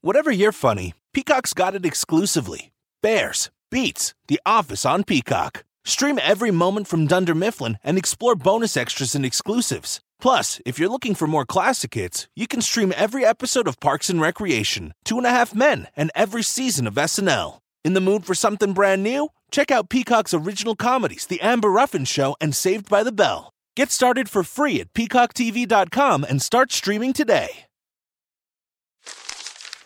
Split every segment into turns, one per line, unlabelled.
Whatever you're funny, Peacock's got it exclusively. Bears, Beats, The Office on Peacock. Stream every moment from Dunder Mifflin and explore bonus extras and exclusives. Plus, if you're looking for more classic hits, you can stream every episode of Parks and Recreation, Two and a Half Men, and every season of SNL. In the mood for something brand new? Check out Peacock's original comedies, The Amber Ruffin Show and Saved by the Bell. Get started for free at peacocktv.com and start streaming today.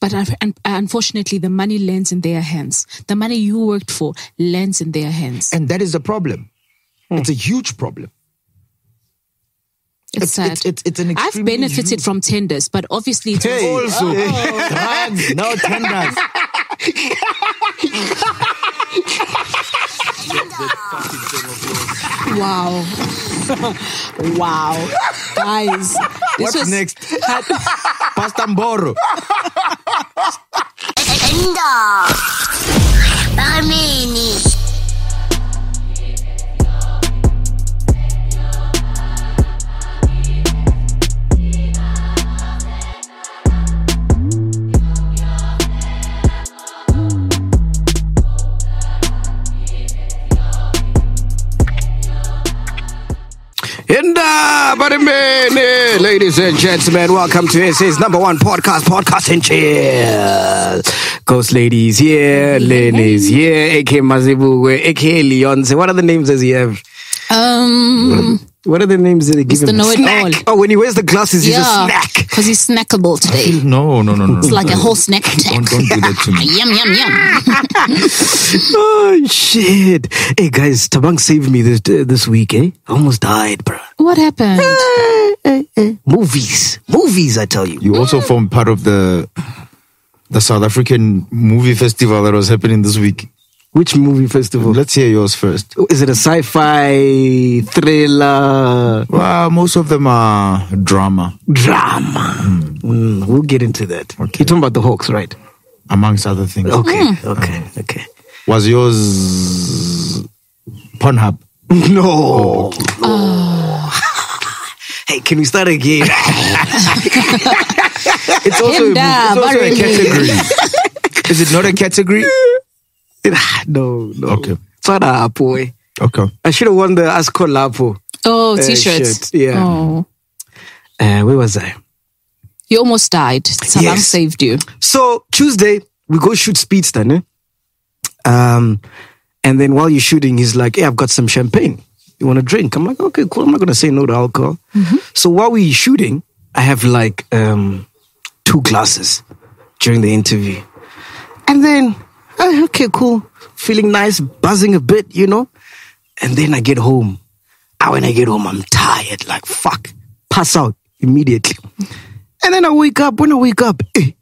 But un- un- unfortunately, the money lands in their hands. The money you worked for lands in their hands.
And that is a problem. It's a huge problem.
It's, sad.
It's, it's, it's an
I've
extremely
benefited
huge-
from tenders, but obviously it
Hey,
was
also, drugs, no tenders.
wow, wow, guys. This
What's
was
next? Pastamboro.
Endo. Barmini.
Inda Barimene, ladies and gentlemen, welcome to SA's number one podcast, Podcast and Chill. Ghost ladies here, ladies here, aka Mazibugwe, aka Leonce. What are the names does he have?
um
What are the names that they give
Mr.
him?
Know It
Snack. Oh, when he wears the glasses, he's a
yeah,
snack.
because he's snackable today.
No, no, no, no.
It's like a whole snack attack.
Don't, don't do that to me.
Yum yum yum.
Oh shit! Hey guys, Tabang saved me this this week. Eh, I almost died, bro.
What happened?
Movies, movies, I tell you. Mm.
You also form part of the the South African movie festival that was happening this week.
Which movie festival? Oh,
Let's hear yours first.
Is it a sci-fi thriller
Well, most of them are drama,
drama? Mm, we'll get into that.
Okay.
You're talking about the Hawks, right?
amongst other things.
Okay, okay,
Hmm.
okay.
Was yours Pornhub?
No. hey, can we start again?
It's also, a,
Kinda,
it's also a
barely.
category. Is it not a category?
no, no.
Okay.
Shut up, boy.
Okay.
I should have won the Asko Lapo.
Oh,
Uh,
t-shirts.
shit, yeah.
Oh.
Uh, where was I?
You almost died. Sabang
Yes.
saved you.
So Tuesday, we go shoot Speedster, ne? Um, and then while you're shooting, he's like, Hey, I've got some champagne. You want to drink? I'm like, Okay, cool. I'm not going to say no to alcohol. So while we're shooting, I have like um, two glasses during the interview. And then, "Ah, okay, cool. Feeling nice, buzzing a bit, you know? And then I get home. Ah, when I get home, I'm tired, like, fuck, pass out immediately. And then I wake up. When I wake up, eh,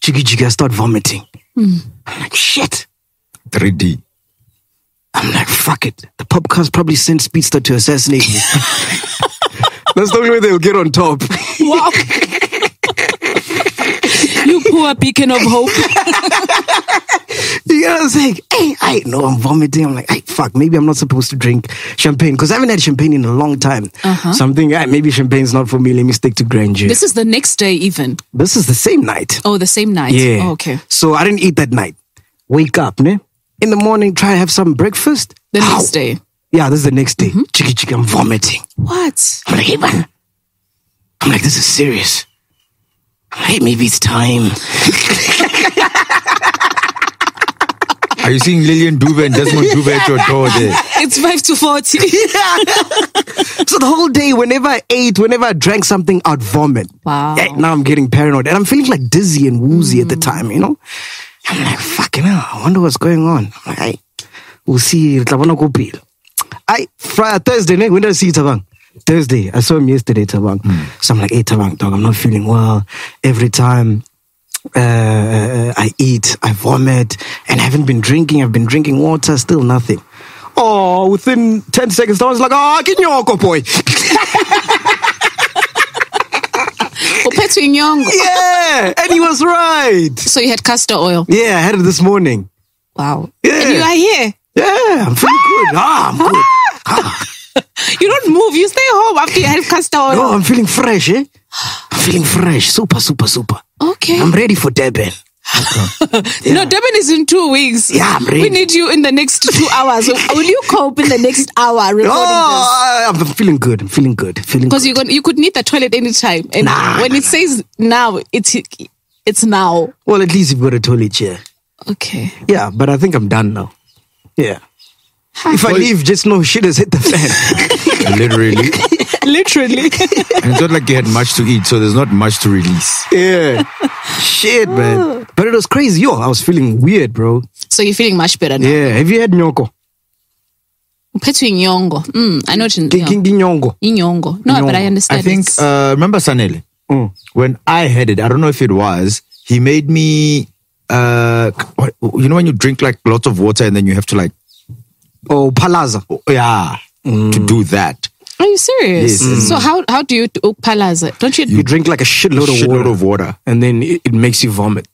jiggy jiggy, I start vomiting.
Hmm.
I'm like, shit.
3D.
I'm like, fuck it. The popcorn's probably sent Speedster to assassinate me. That's the only way they'll get on top.
Wow. you poor beacon of hope.
you know what I'm saying? Hey, I know I'm vomiting. I'm like, hey, fuck, maybe I'm not supposed to drink champagne because I haven't had champagne in a long time. Something, hey, maybe champagne's not for me. Let me stick to Grand Jeu.
Uh-huh. This
This,
is the next day, even.
is the same night.
Oh, the same night.
Yeah.
Oh, okay.
So I didn't eat that night. Wake up, ne? In the morning, try have some breakfast.
The
Ow.
next day. Mm-hmm.
Yeah, this is the next day. Chicky chicky, I'm vomiting.
What?
I'm like, hey man. I'm like, this is serious. I'm like, hey, maybe it's time.
Are you seeing Lillian Dube and Desmond Dube at your door there?
It's five to forty.
so the whole day, whenever I ate, whenever I drank something, I'd vomit.
Wow.
Yeah, now I'm getting paranoid. And I'm feeling like dizzy and woozy at the time, you know? I'm like, fucking hell, I wonder what's going on. I'm like, hey, we'll see. Tlabona Kopil. I Friday, Thursday, ne? when did I see Tabang? Thursday. I saw him yesterday, Tabang. So I'm like, hey, Tabang, dog, I'm not feeling well. Every time uh, I eat, I vomit, and I haven't been drinking. I've been drinking water, still nothing. Oh, within 10 seconds, I was like, oh, kinyoko, boy.
Uphetwe inyongo.
yeah. And he was right.
So you had castor oil.
Yeah, I had it this morning.
Wow.
Yeah.
And you are here.
Yeah, I'm feeling good. Ah, I'm good.
You don't move. You stay home after you have castor oil.
No, I'm feeling fresh, eh? I'm feeling fresh. Super, super, super.
Okay.
I'm ready for Durban.
No, Durban is in two weeks.
Yeah, I'm ready.
We need you in the next two hours. Will you cope in the next hour recording this?
Oh, I'm feeling good. I'm feeling good. Feeling
Because
good.
you gon- you could need the toilet anytime. And
Nah,
when it says now, it's it's now.
Well, at least you've got a toilet chair.
Okay.
Yeah, but I think I'm done now. Yeah. If I
Well,
leave, just know shit has hit the fan.
Literally.
Literally.
And it's not like you had much to eat, so there's not much to release.
yeah. Shit, man. But it was crazy. Yo, I was feeling weird, bro.
so you're feeling much better now.
Yeah. Have you had nyoko?
Uphethwe inyongo. Mm, I know it's in-
Ki- ki- ki- Nyongo.
inyongo. No, but I
Inyongo.
understand.
I think,
it's-
uh, remember Sanele?
Mm.
When I had it, I don't know if it was, he made me, uh, what- you know, when you drink like lots of water and then you have to like, uh,
Oh, palaza.
yeah, to do that.
Are you serious?
Yes. Mm.
So how how do you palace? Don't you,
You drink like a
Mm.
shitload,
Shitload
of water,
of water.
and then it, it makes you vomit.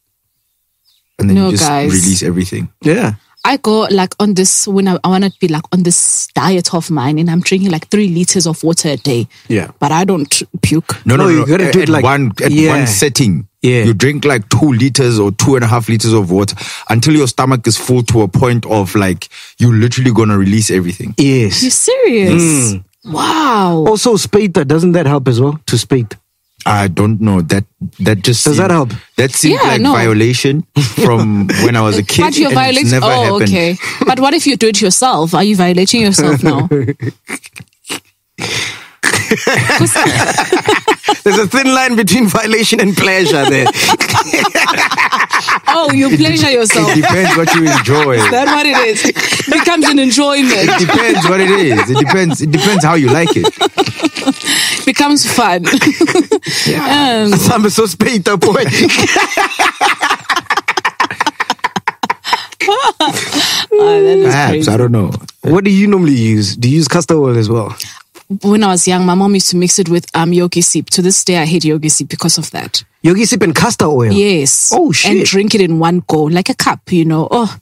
And then
No,
you just
guys.
release everything.
Yeah.
I go like on this when I, I want to be like on this diet of mine, and I'm drinking like three liters of water a day.
Yeah.
but I don't puke.
No, no,
No,
no.
you gotta
at,
do
at
it like-
one at
yeah.
one setting.
Yeah.
You drink like two liters or two and a half liters of water until your stomach is full to a point of like you literally gonna release everything.
You
Yes.
serious?
Mm.
Wow.
Oh,
Also, spata. Doesn't that help as well? To spate.
I don't know. That that just
Does that
seemed-
help?
That seemed
Yeah,
like
no.
violation from when I was a kid.
But you're
and it's
violating.
never
Oh,
happened.
okay. But what if you do it yourself? Are you violating yourself now?
There's a thin line between violation and pleasure there.
oh, you pleasure yourself.
It depends what you enjoy.
That's what it is. It becomes an enjoyment.
It depends what it is. It depends. It depends how you like it.
It becomes fun. um,
Some so spata, boy.
oh, that is
Perhaps uh,
crazy.
I don't know.
what do you normally use? Do you use castor oil as well?
When I was young, my mom used to mix it with um, yogi soup. To this day, I hate yogi soup because of that.
Yogi sip and castor oil.
Yes.
Oh,
And
shit.
drink it in one go, like a cup, you know. Oh,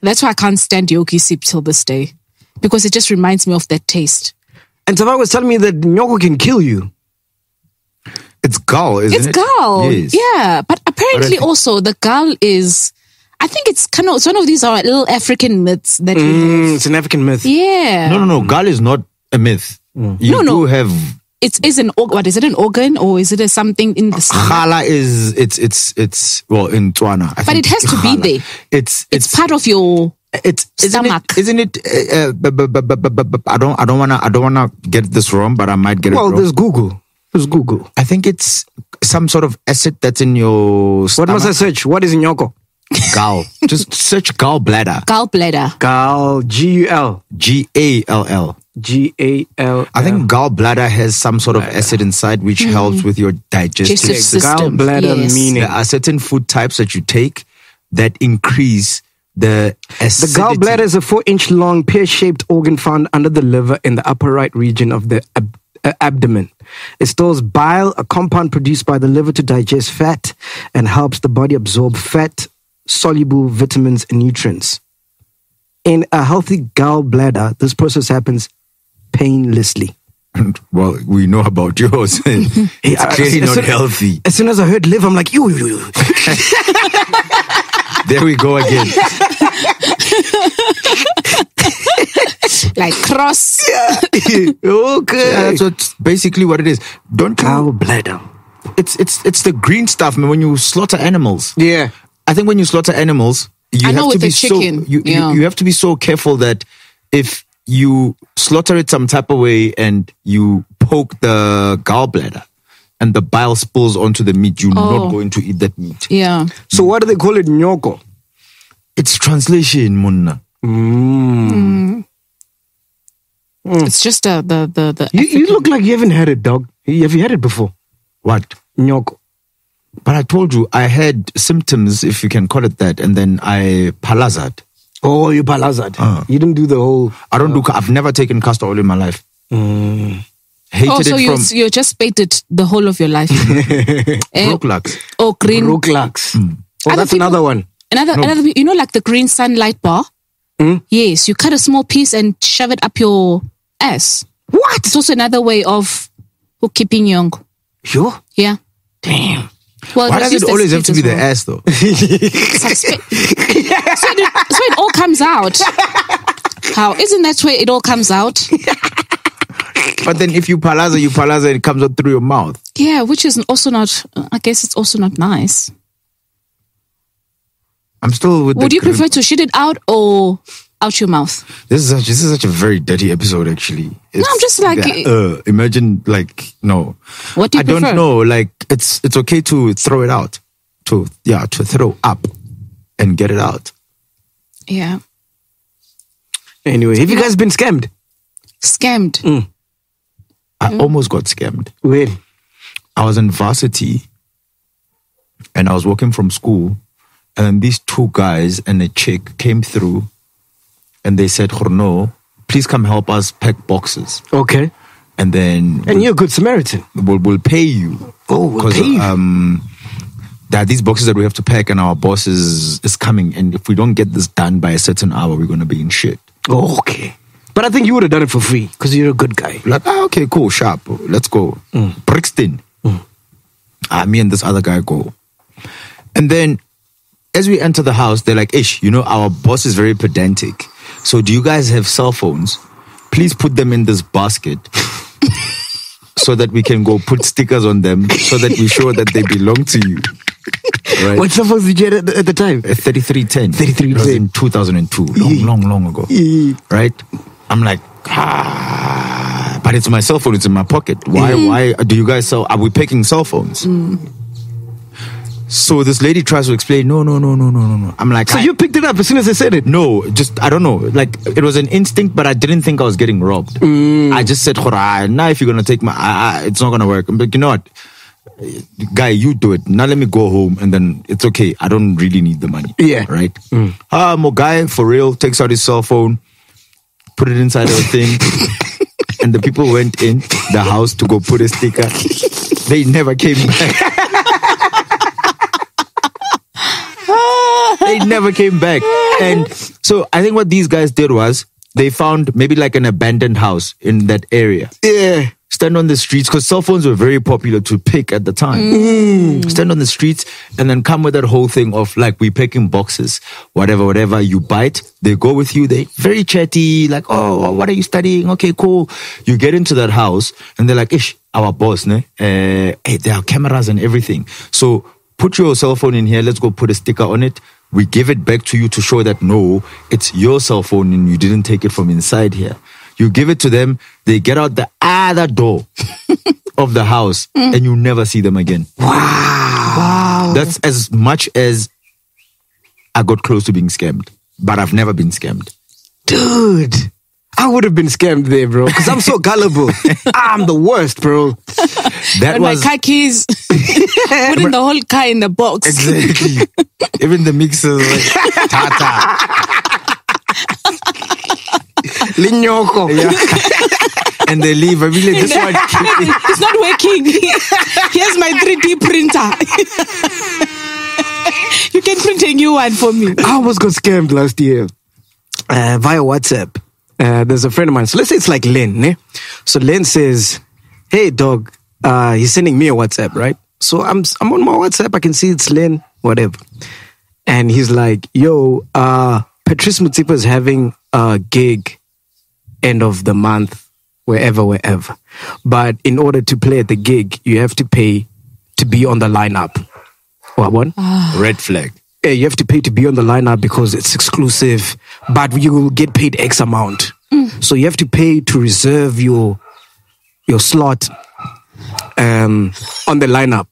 that's why I can't stand yogi soup till this day because it just reminds me of that taste.
And Tavang was telling me that nyoko can kill you.
It's gall, isn't
It's
it?
gal.
Yes.
Yeah. But apparently,
think-
also, the gal is, I think it's kind of, it's one of these uh, little African myths that we
Mm, it's an African myth.
Yeah.
No, no, no. Gal is not a myth.
Mm.
You
No, no.
do have
It is an organ. What is it? An organ or is it a something in the stomach?
Khala is it's it's it's well in Tswana. I
But it
think
has to be
khala.
there.
It's
It's,
it's
part of your.
it's isn't
stomach.
it, isn't it uh, uh, bu- bu- bu- bu- bu- bu- bu- I don't I don't wanna I don't wanna get this wrong, but I might get
Well,
it wrong.
there's Google. There's Google.
I think it's some sort of acid that's in your
What
stomach.
must I search? What is nyoko?
gal? Just search gallbladder.
Gallbladder.
Gal G U L
G A L L.
G A L.
I think gallbladder has some sort of acid inside which
Mm.
helps with your digestive
Digestive
system.
system.
gallbladder
yes.
meaning-
There are certain food types that you take that increase the
The
acidity.
gallbladder is a four-inch long, pear-shaped organ found under the liver in the upper right region of the ab- uh, abdomen. It stores bile, a compound produced by the liver to digest fat, and helps the body absorb fat, soluble vitamins, and nutrients. In a healthy gallbladder, this process happens painlessly.
well, we know about yours.
Yeah,
it's
as-
clearly
as
not
soon-
healthy.
As soon as I heard liver, I'm like, yo, yo, yo.
There we go again.
Like cross.
okay.
Yeah, that's what, basically what it is. Don't you,
Gallbladder.
it's it's it's the green stuff man, when you slaughter animals.
Yeah.
I think when you slaughter animals, you
I
have
know
to
with
be
the chicken,
so you, you-
yeah.
you have to be so careful that if you slaughter it some type of way and you poke the gallbladder and the bile spills onto the meat, you're
Oh.
not going to eat that meat.
Yeah.
So why do they call it nyoko?
It's translation, Munna.
It's just uh, the the the.
You, you
African-
look like you haven't had it, dog. Have you had it before?
What?
Nyoko.
But I told you I had symptoms, if you can call it that, and then I palazad.
Oh, you palazad.
Ah.
You didn't do the whole.
I don't do. ca- I've never taken castor oil in my life. Hated
Oh, so
it
you
from
you just painted the whole of your life. Eh,
Brooklux.
oh, green.
Roclax.
Hmm.
Oh,
Other
that's
people-
another one.
Another another. You know, like the green sunlight bar.
Hmm?
Yes, you cut a small piece and shove it up your ass. What? It's also another way of keeping young.
Sure.
Yeah.
Damn.
Well,
Why does it
resistance
always have
speed
to be
as
the
well.
ass though?
Suspe- so, it, so it all comes out. How isn't that where it all comes out?
But then if you palaza, you palaza, it comes out through your mouth.
Yeah, which is also not. I guess it's also not nice.
I'm still with.
Would
the
you
grim-
prefer to shit it out or out your mouth?
This is such, this is such a very dirty episode, actually. It's,
I'm just like-
Yeah, uh, imagine like no.
What do you
I
prefer?
don't know. Like it's it's okay to throw it out, to yeah to throw up, and get it out.
Yeah,
Anyway, have you guys been scammed?
scammed.
I
Hmm.
almost got scammed.
When?
I was in varsity and I was walking from school, and then these two guys and a chick came through and they said, Horno, please come help us pack boxes.
Okay.
And then
And you're a good Samaritan.
we'll, we'll pay you.
Oh, we'll
'Cause,
pay you.
Um, there are these boxes that we have to pack, and our boss is, is coming. And if we don't get this done by a certain hour, we're going to be in shit. Oh,
Okay. But I think you would have done it for free because you're a good guy.
Like, ah, okay, cool, sharp. Let's go. Brixton. Ah, me and this other guy go. And then as we enter the house, they're like, Ish, you know, our boss is very pedantic. So do you guys have cell phones? Please put them in this basket so that we can go put stickers on them so that we show that they belong to you. Right?
What cell phones did you get at, at the time?
Uh, 3310. It
3310.
was in 2002. Long, long, long ago.
Yeah.
Right? I'm like, ah, but it's my cell phone. It's in my pocket. Why, why do you guys sell? Are we picking cell phones? So this lady tries to explain, no, no, no, no, no, no, no. I'm like,
So
I-
you picked it up as soon as I said it.
no, just I don't know. Like it was an instinct, but I didn't think I was getting robbed.
Mm.
I just said, "Hora, now if you're gonna take my, I, I, it's not gonna work." But you know what, guy, you do it. Now let me go home, and then it's okay. I don't really need the money.
Yeah. Mm.
right. Ah, my guy for real takes out his cell phone, put it inside of a thing, and the people went in the house to go put a sticker. They never came back. they never came back. And so I think what these guys did was they found maybe like an abandoned house in that area.
Yeah.
Stand on the streets because cell phones were very popular to pick at the time. Stand on the streets and then come with that whole thing of like we picking boxes, whatever, whatever. You bite, they go with you. They very chatty, like oh, what are you studying? Okay, cool. You get into that house and they're like, ish, our boss, ne? Uh, hey, there are cameras and everything. So put your cell phone in here. Let's go put a sticker on it. We give it back to you to show that no, it's your cell phone and you didn't take it from inside here. You give it to them, they get out the other door of the house and you never see them again. Wow. That's as much as I got close to being scammed, but I've never been scammed.
Dude. I would have been scammed there, bro, because I'm so gullible. I'm the worst, bro.
That
And my
was
car keys, putting the whole car in the box.
exactly. Even the mixer, was like, Tata.
Linyoko.
And they leave. I mean, like, this one.
it's not working. Here's my 3D printer. you can print a new one for me.
I almost got scammed last year uh, via WhatsApp. Uh, there's a friend of mine. So let's say it's like Len. Ne? So Len says, "Hey, dog." Uh, he's sending me a WhatsApp, right? So I'm I'm on my WhatsApp. I can see it's Len, whatever. And he's like, "Yo, uh, Patrice Mutipa is having a gig end of the month, wherever, wherever. But in order to play at the gig, you have to pay to be on the lineup." What one?
Red flag.
uh, you have to pay to be on the lineup because it's exclusive, but you will get paid X amount. So you have to pay to reserve your your slot um, on the lineup.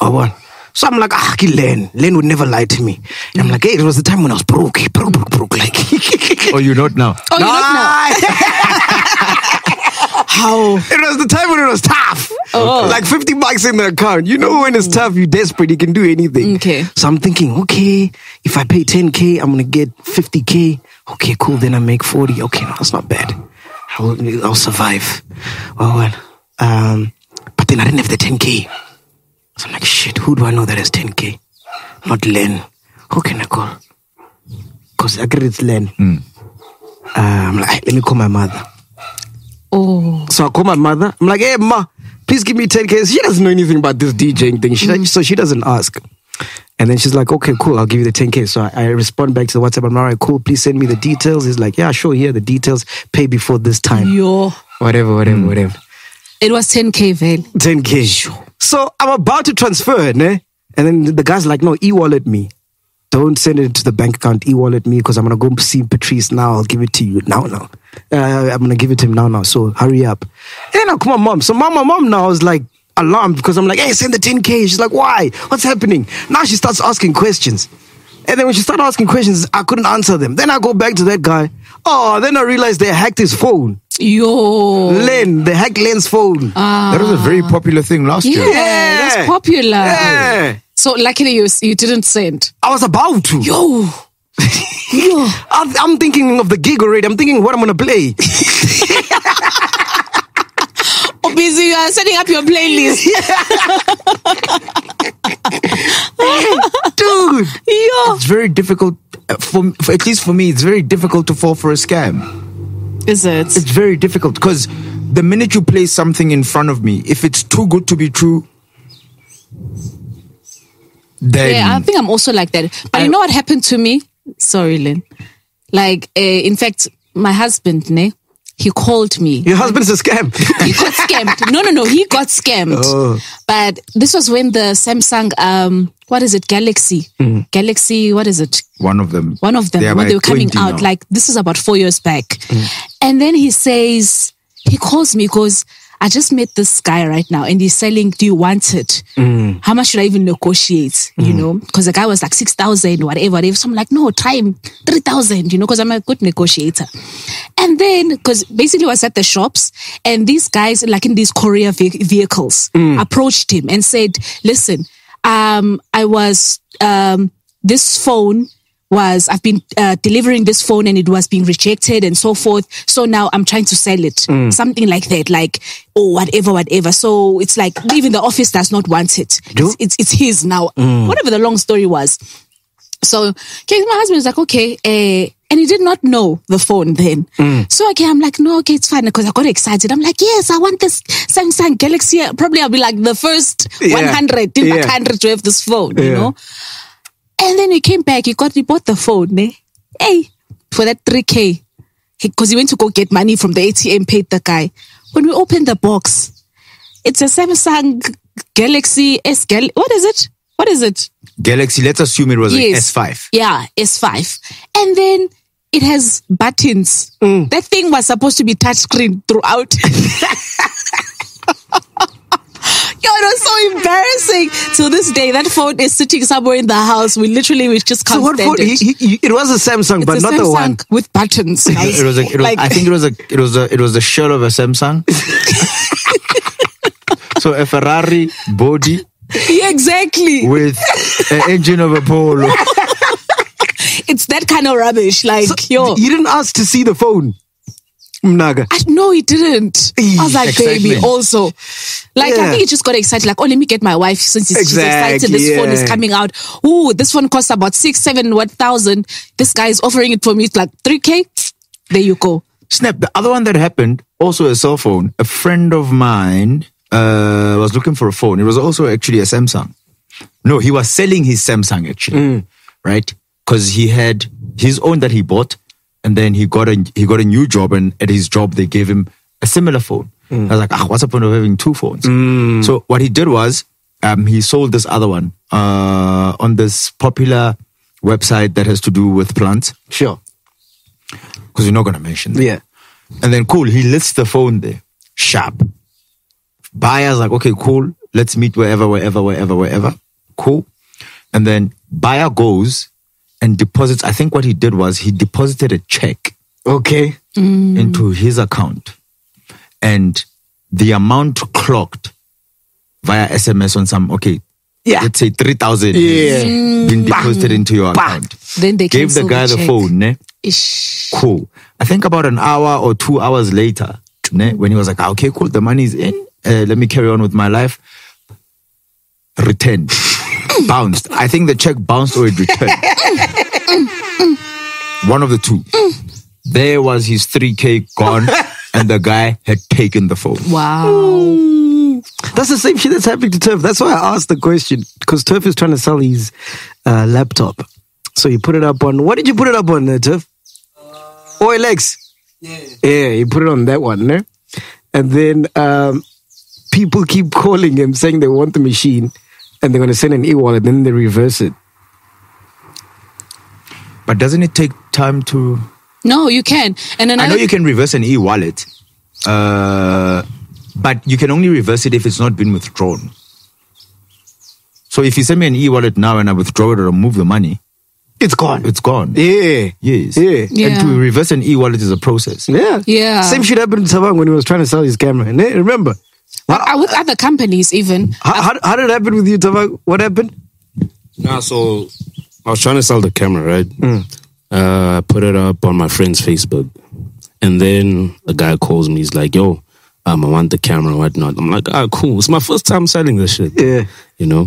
Oh, what? So I'm like, ah, ki Len. Len would never lie to me. And I'm like, hey, it was the time when I was
Oh,
broke, broke, broke, broke. Like,
Or you're not now.
Oh, you don't know. How?
It was the time when it was tough.
Oh.
Like 50 bucks in the account. You know, when it's tough, you're desperate, you can do anything.
Okay.
So I'm thinking, okay, if I pay 10K, I'm going to get 50K. Okay, cool. Then I make 40. Okay, no, that's not bad. I will, I'll survive. Oh, well. Um, but then I didn't have the 10K. So I'm like, shit, who do I know that has 10K? Not Len. Who can I call? Because I get it's Len. Um, like, let me call my mother.
Oh.
So I call my mother. I'm like, hey, ma, please give me 10K. She doesn't know anything about this DJing thing. She, So she doesn't ask. And then she's like, okay, cool, I'll give you the 10K. So I, I respond back to the WhatsApp. I'm like, all right, cool, please send me the details. He's like, yeah, sure, here, the details. Pay before this time.
Yo.
Whatever, whatever, whatever.
It was 10K, Vale.
10K. So I'm about to transfer it, ne? And then the guy's like, no, e wallet me. Don't send it to the bank account, e wallet me, because I'm going to go see Patrice now. I'll give it to you now, now. Uh, I'm going to give it to him now, now. So hurry up. And now, come on, mom. So, mom, my mom now is like alarmed because I'm like, hey, send the 10K. She's like, why? What's happening? Now she starts asking questions. And then when she started asking questions, I couldn't answer them. Then I go back to that guy. Oh, then I realized they hacked his phone.
Yo.
Len, they hacked Len's phone.
that was a very popular thing last
yeah,
year.
That's popular.
Yeah.
So luckily you you didn't send.
I was about to.
Yo. Yo.
I, I'm thinking of the gig already. I'm thinking what I'm gonna play.
Oh, busy. You are setting up your playlist.
Dude,
Yo.
It's very difficult uh, for, for at least for me. It's very difficult to fall for a scam.
Is it?
It's very difficult because the minute you place something in front of me, if it's too good to be true, then
Yeah, I think I'm also like that. But you know what happened to me? Sorry, Lynn. Like, uh, in fact, my husband, ne, he called me.
your husband's a scam.
He got scammed. No, no, no. He got scammed. But this was when the Samsung, um, what is it? Galaxy. Galaxy, what is it?
one of them.
One of them,
are
when
by
they were coming
20
out,
now.
like this is about four years back. And then he says, he calls me, goes, I just met this guy right now and he's selling, do you want it? How much should I even negotiate? You know, because the guy was like 6,000, whatever, whatever. So I'm like, no, time 3,000, you know, because I'm a good negotiator. And then, because basically I was at the shops and these guys, like in these courier ve- vehicles, approached him and said, listen, um, I was, um, this phone was I've been uh, delivering this phone and it was being rejected and so forth. So now I'm trying to sell it, something like that, like oh whatever, whatever. So it's like even the office does not want it. It's, it's it's his now. Whatever the long story was. So okay, my husband was like, okay, eh, and he did not know the phone then. So okay, I'm like, no, okay, it's fine because I got excited. I'm like, yes, I want this Samsung Galaxy. Probably I'll be like the first
Yeah.
100 in
Yeah.
yeah. 100 to have this phone, you
Yeah.
know. And then he came back. He got he bought the phone. Ne? Hey, for that three k, because he went to go get money from the ATM. Paid the guy. When we opened the box, it's a Samsung Galaxy S Gal. What is it? What is it?
Galaxy. Let's assume it was an S5.
Yeah, S5. And then it has buttons.
Mm.
That thing was supposed to be touchscreen throughout. Yo, it was so embarrassing. To this day, that phone is sitting somewhere in the house. We literally, we just can't
so what
stand
phone?
it.
He, he, he- it was a Samsung,
it's
but
a
not
Samsung
the one.
with buttons. guys.
It was. A, it was
Like-
I think it was a. It was a. It was a shell of a Samsung. so a Ferrari body
yeah, exactly.
with an engine of a Polo.
It's that kind of rubbish. Like, yo,
You didn't ask to see the phone. Mnaga.
I, no, he didn't. I was like, baby,
Excitement.
also. Like, I
Yeah.
think he just got excited. Like, oh, let me get my wife since he's, she's
Exactly,
excited. This phone
yeah.
is coming out. Ooh, this one costs about six, seven, what thousand. This guy is offering it for me. It's like 3K. There you go.
Snap. The other one that happened, also a cell phone. A friend of mine uh, was looking for a phone. It was also actually a Samsung. No, he was selling his Samsung actually, right? Because he had his own that he bought, and then he got a he got a new job, and at his job they gave him a similar phone. I was like, ah, what's the point of having two phones? So what he did was, um, he sold this other one uh, on this popular website that has to do with plants.
Sure.
Because we're not gonna mention that.
Yeah.
And then cool, he lists the phone there. Sharp. Buyer's like, okay, cool. Let's meet wherever, wherever, wherever, wherever. Cool. And then buyer goes and deposits. I think what he did was he deposited a check
Mm.
Okay.
into his account. and the amount clocked via SMS on some okay,
Yeah.
let's say three thousand
Yeah.
been deposited into your account.
Then they
Gave the
Mm. cancel
guy the,
check.
phone, ne?
Ish.
Cool. I think about an hour or two hours later, ne, when he was like, "Ah, okay, cool, the money's in. Uh, let me carry on with my life. Returned. bounced. I think the check bounced or it returned. One of the two. There was his 3K gone, and the guy had taken the phone.
Wow.
That's the same shit that's happening to Turf. That's why I asked the question because Turf is trying to sell his uh, laptop. So you put it up on. What did you put it up on there, Turf? Oi, Lex. Uh, Yeah. Yeah, you put it on that one, no? And then um, people keep calling him saying they want the machine and they're going to send an e wallet, then they reverse it.
But doesn't it take time to?
No, you can. And
I
another
know you can reverse an e-wallet, uh, but you can only reverse it if it's not been withdrawn. So if you send me an e-wallet now and I withdraw it or remove the money,
It's gone.
it's gone.
yeah.
yes.
Yeah.
Yeah.
And to reverse an e-wallet is a process.
Yeah.
Yeah.
Same shit happened to Savang when he was trying to sell his camera. Ne? Remember?
Uh, with other companies even.
How, how, how did it happen with you, Tavang? What happened?
Nah, so I was trying to sell the camera, right?
Hmm.
Uh, I put it up on my friend's Facebook. And then a guy calls me. He's like, yo, um, I want the camera and whatnot. I'm like, ah, cool. It's my first time selling this shit.
Yeah.
You know?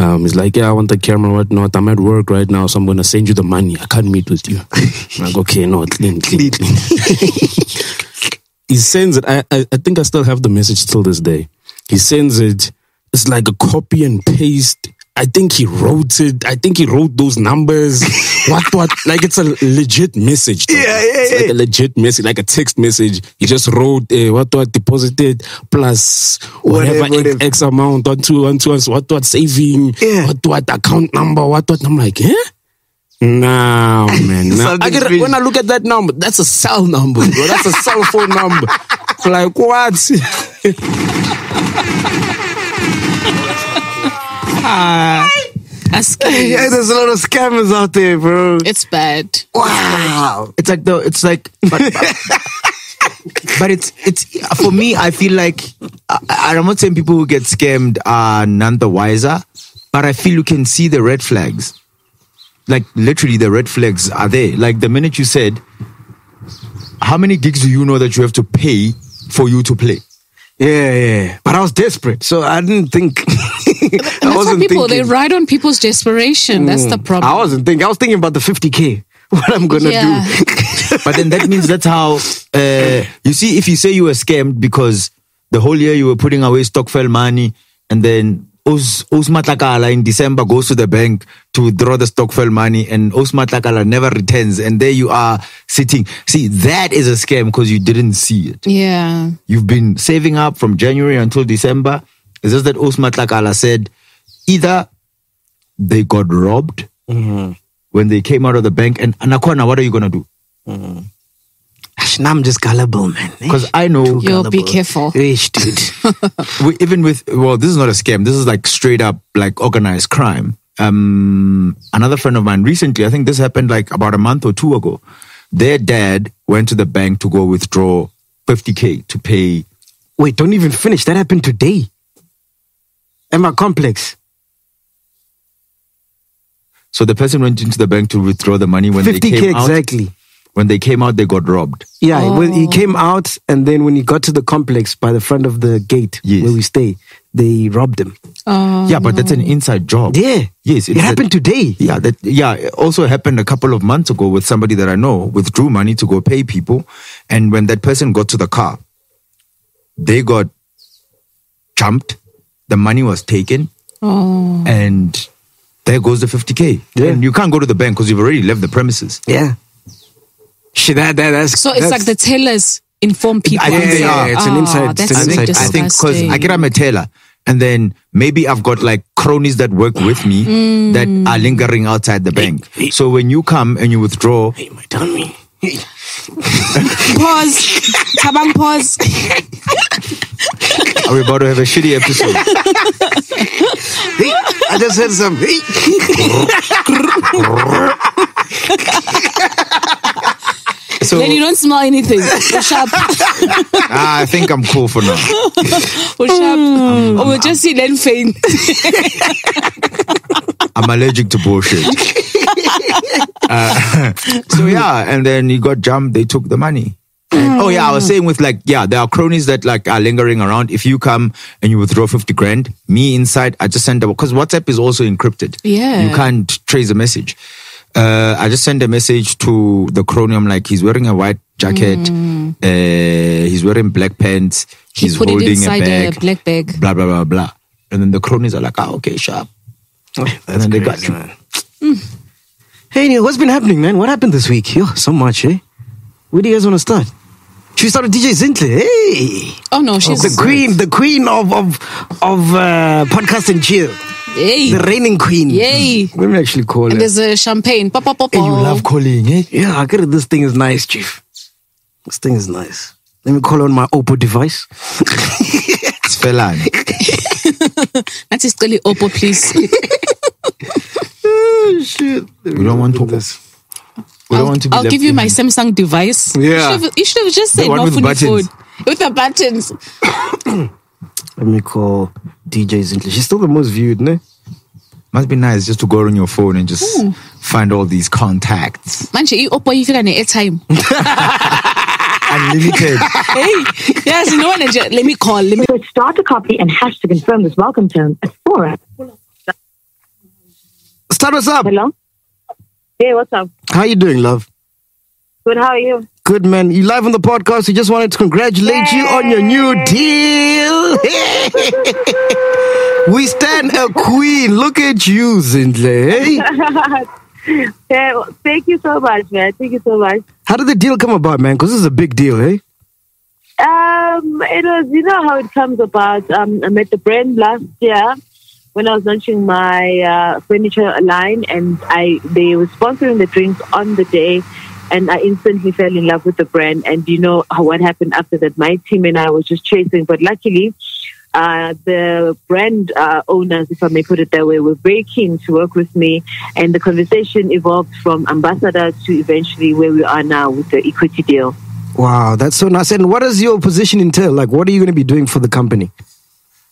Um, he's like, yeah, I want the camera and whatnot. I'm at work right now, so I'm going to send you the money. I can't meet with you. I'm like, okay, no, clean, clean, clean. he sends it. I, I, I think I still have the message till this day. He sends it. It's like a copy and paste. I think he wrote it. I think he wrote those numbers. what, what? Like it's a legit message. Yeah, yeah, it's Like a legit message, like a text message. He just wrote uh, what, what deposited plus whatever,
Whatever, whatever.
X amount, what, two, one, two, one, what, what saving,
Yeah.
what, what account number, what, what. I'm like, eh? Nah, man. Nah. I
Something's
get,
crazy.
when I look at that number, that's a cell number, bro. That's a cell phone number. like what?
That's scary.
Yeah, there's a lot of scammers out there, bro.
uh, It's bad.
Wow.
It's like the it's like but, but it's it's for me I feel like I, I'm not saying people who get scammed are none the wiser, but I feel you can see the red flags. Like literally the red flags are there. Like the minute you said how many gigs do you know that you have to pay for you to play?
Yeah, yeah. But I was desperate, so I didn't think. I
And that's why
wasn't
people
thinking. Mm.
they ride on people's desperation. That's the problem.
I wasn't thinking. I was thinking about the 50k. What I'm gonna
Yeah.
do.
But then that means that's how uh, you see. If you say you were scammed because the whole year you were putting away Stockfell money, and then Os Osmatlakala in December goes to the bank to withdraw the Stockfell money, and Osmatlakala never returns, and there you are sitting. See, that is a scam because you didn't see it.
yeah.
You've been saving up from January until December. It's just that Osmatlakala said either they got robbed when they came out of the bank, and Anakwana, what are you gonna do?
Ash, now I'm just gullible, man. Eh?
Because I know
Yo, be careful.
Ish, dude.
we, even with well, this is not a scam. This is like straight up like organized crime. Um, another friend of mine recently, I think this happened like about a month or two ago. Their dad went to the bank to go withdraw 50k to pay.
Wait, don't even finish. That happened today. At my complex.
So the person went into the bank to withdraw the money when they
50k
came out.
exactly.
When they came out, they got robbed.
Yeah, when
Oh.
he came out, and then when he got to the complex by the front of the gate
Yes.
where we stay, they robbed him.
Oh,
yeah, but that's an inside job.
Yeah.
Yes,
It
it's a-
happened today.
Yeah, that yeah. It also happened a couple of months ago with somebody that I know withdrew money to go pay people, and when that person got to the car, they got jumped. The money was taken,
oh.
and there goes the fifty k.
Yeah.
And you can't go to the bank because you've already left the premises.
Yeah. Shit, that, that, that's
So it's
that's-
like the tellers inform people.
I think
as
they
well.
are.
It's an
Ah,
inside- it's
That's
an
so
I
inside
think, I think because
disgusting.
I get a metela, and then maybe I've got like cronies that work with me that are lingering outside the bank. So when you come and you withdraw,
Hey, my dummy.
pause. Tabang pause.
are we about to have a shitty episode?
Hey, I just heard some. Hey.
So
then you don't smell anything. We're sharp.
ah, I think I'm cool for now.
We're
Hmm.
sharp. Or we'll just see then faint.
I'm allergic to bullshit. Uh, so yeah, and then he got jumped. They took the money. And, oh yeah, I was saying with like yeah, there are cronies that like are lingering around. If you come and you withdraw fifty grand, me inside, I just send a because WhatsApp is also encrypted.
Yeah.
you can't trace a message. Uh, I just sent a message to the crony. I'm like, he's wearing a white jacket. Uh, he's wearing black pants.
Mm. He
he's
put it
holding
inside
a
a
bag.
black bag.
Blah blah blah blah. And then the cronies are like, ah, okay, sharp. and then they got you.
Hmm. Hey, Neil, what's been happening, man? What happened this week? Yo, so much, eh? Where do you guys want to start? Should we start with DJ Zintle? Hey,
Oh no, she's
the queen, the queen of of of uh, podcast and chill,
Hey.
the reigning queen.
Yay.
Let me actually call
And
her.
there's a champagne. Pa, pa, pa,
Hey,
pa.
you love calling, eh?
Yeah, I get it. This thing is nice, chief. This thing is nice. Let me call on my Oppo device.
It's Felani.
That is clearly Oppo, please.
Oh, shit.
We don't want to. We don't
I'll,
want to be
I'll
left
give you my
behind.
Samsung device.
Yeah.
You should have, you should have just said
one
no
with
fully
buttons.
food. With the buttons.
Let me call DJ Zintle. She's still the most viewed, ne?
Must be nice just to go on your phone and just find all these contacts.
Manje, you Oppo, you feel an airtime.
Unlimited.
hey, yes, you know what? Nigel? Let me call. Let me.
would start to copy and hash to confirm this welcome tone at 4 at
Start us up.
Hello? Hey, what's up?
How you doing, love?
Good, how are you?
Good man. You live on the podcast. We just wanted to congratulate you on your new deal. we stand a queen. Look at you, Zindle. Hey?
Hey, well, thank you so much, man. Thank you so much.
How did the deal come about, man? Because this is a big deal, eh?
Um, it was, you know how it comes about. Um, I met the brand last year when I was launching my uh, furniture line, and I they were sponsoring the drinks on the day, and I instantly fell in love with the brand. And you know how, what happened after that? My team and I was just chasing, but luckily. Uh, the brand uh, owners, if I may put it that way, were very keen to work with me, and the conversation evolved from ambassador to eventually where we are now with the equity deal.
Wow, that's so nice. And what does your position entail? Like, what are you going to be doing for the company?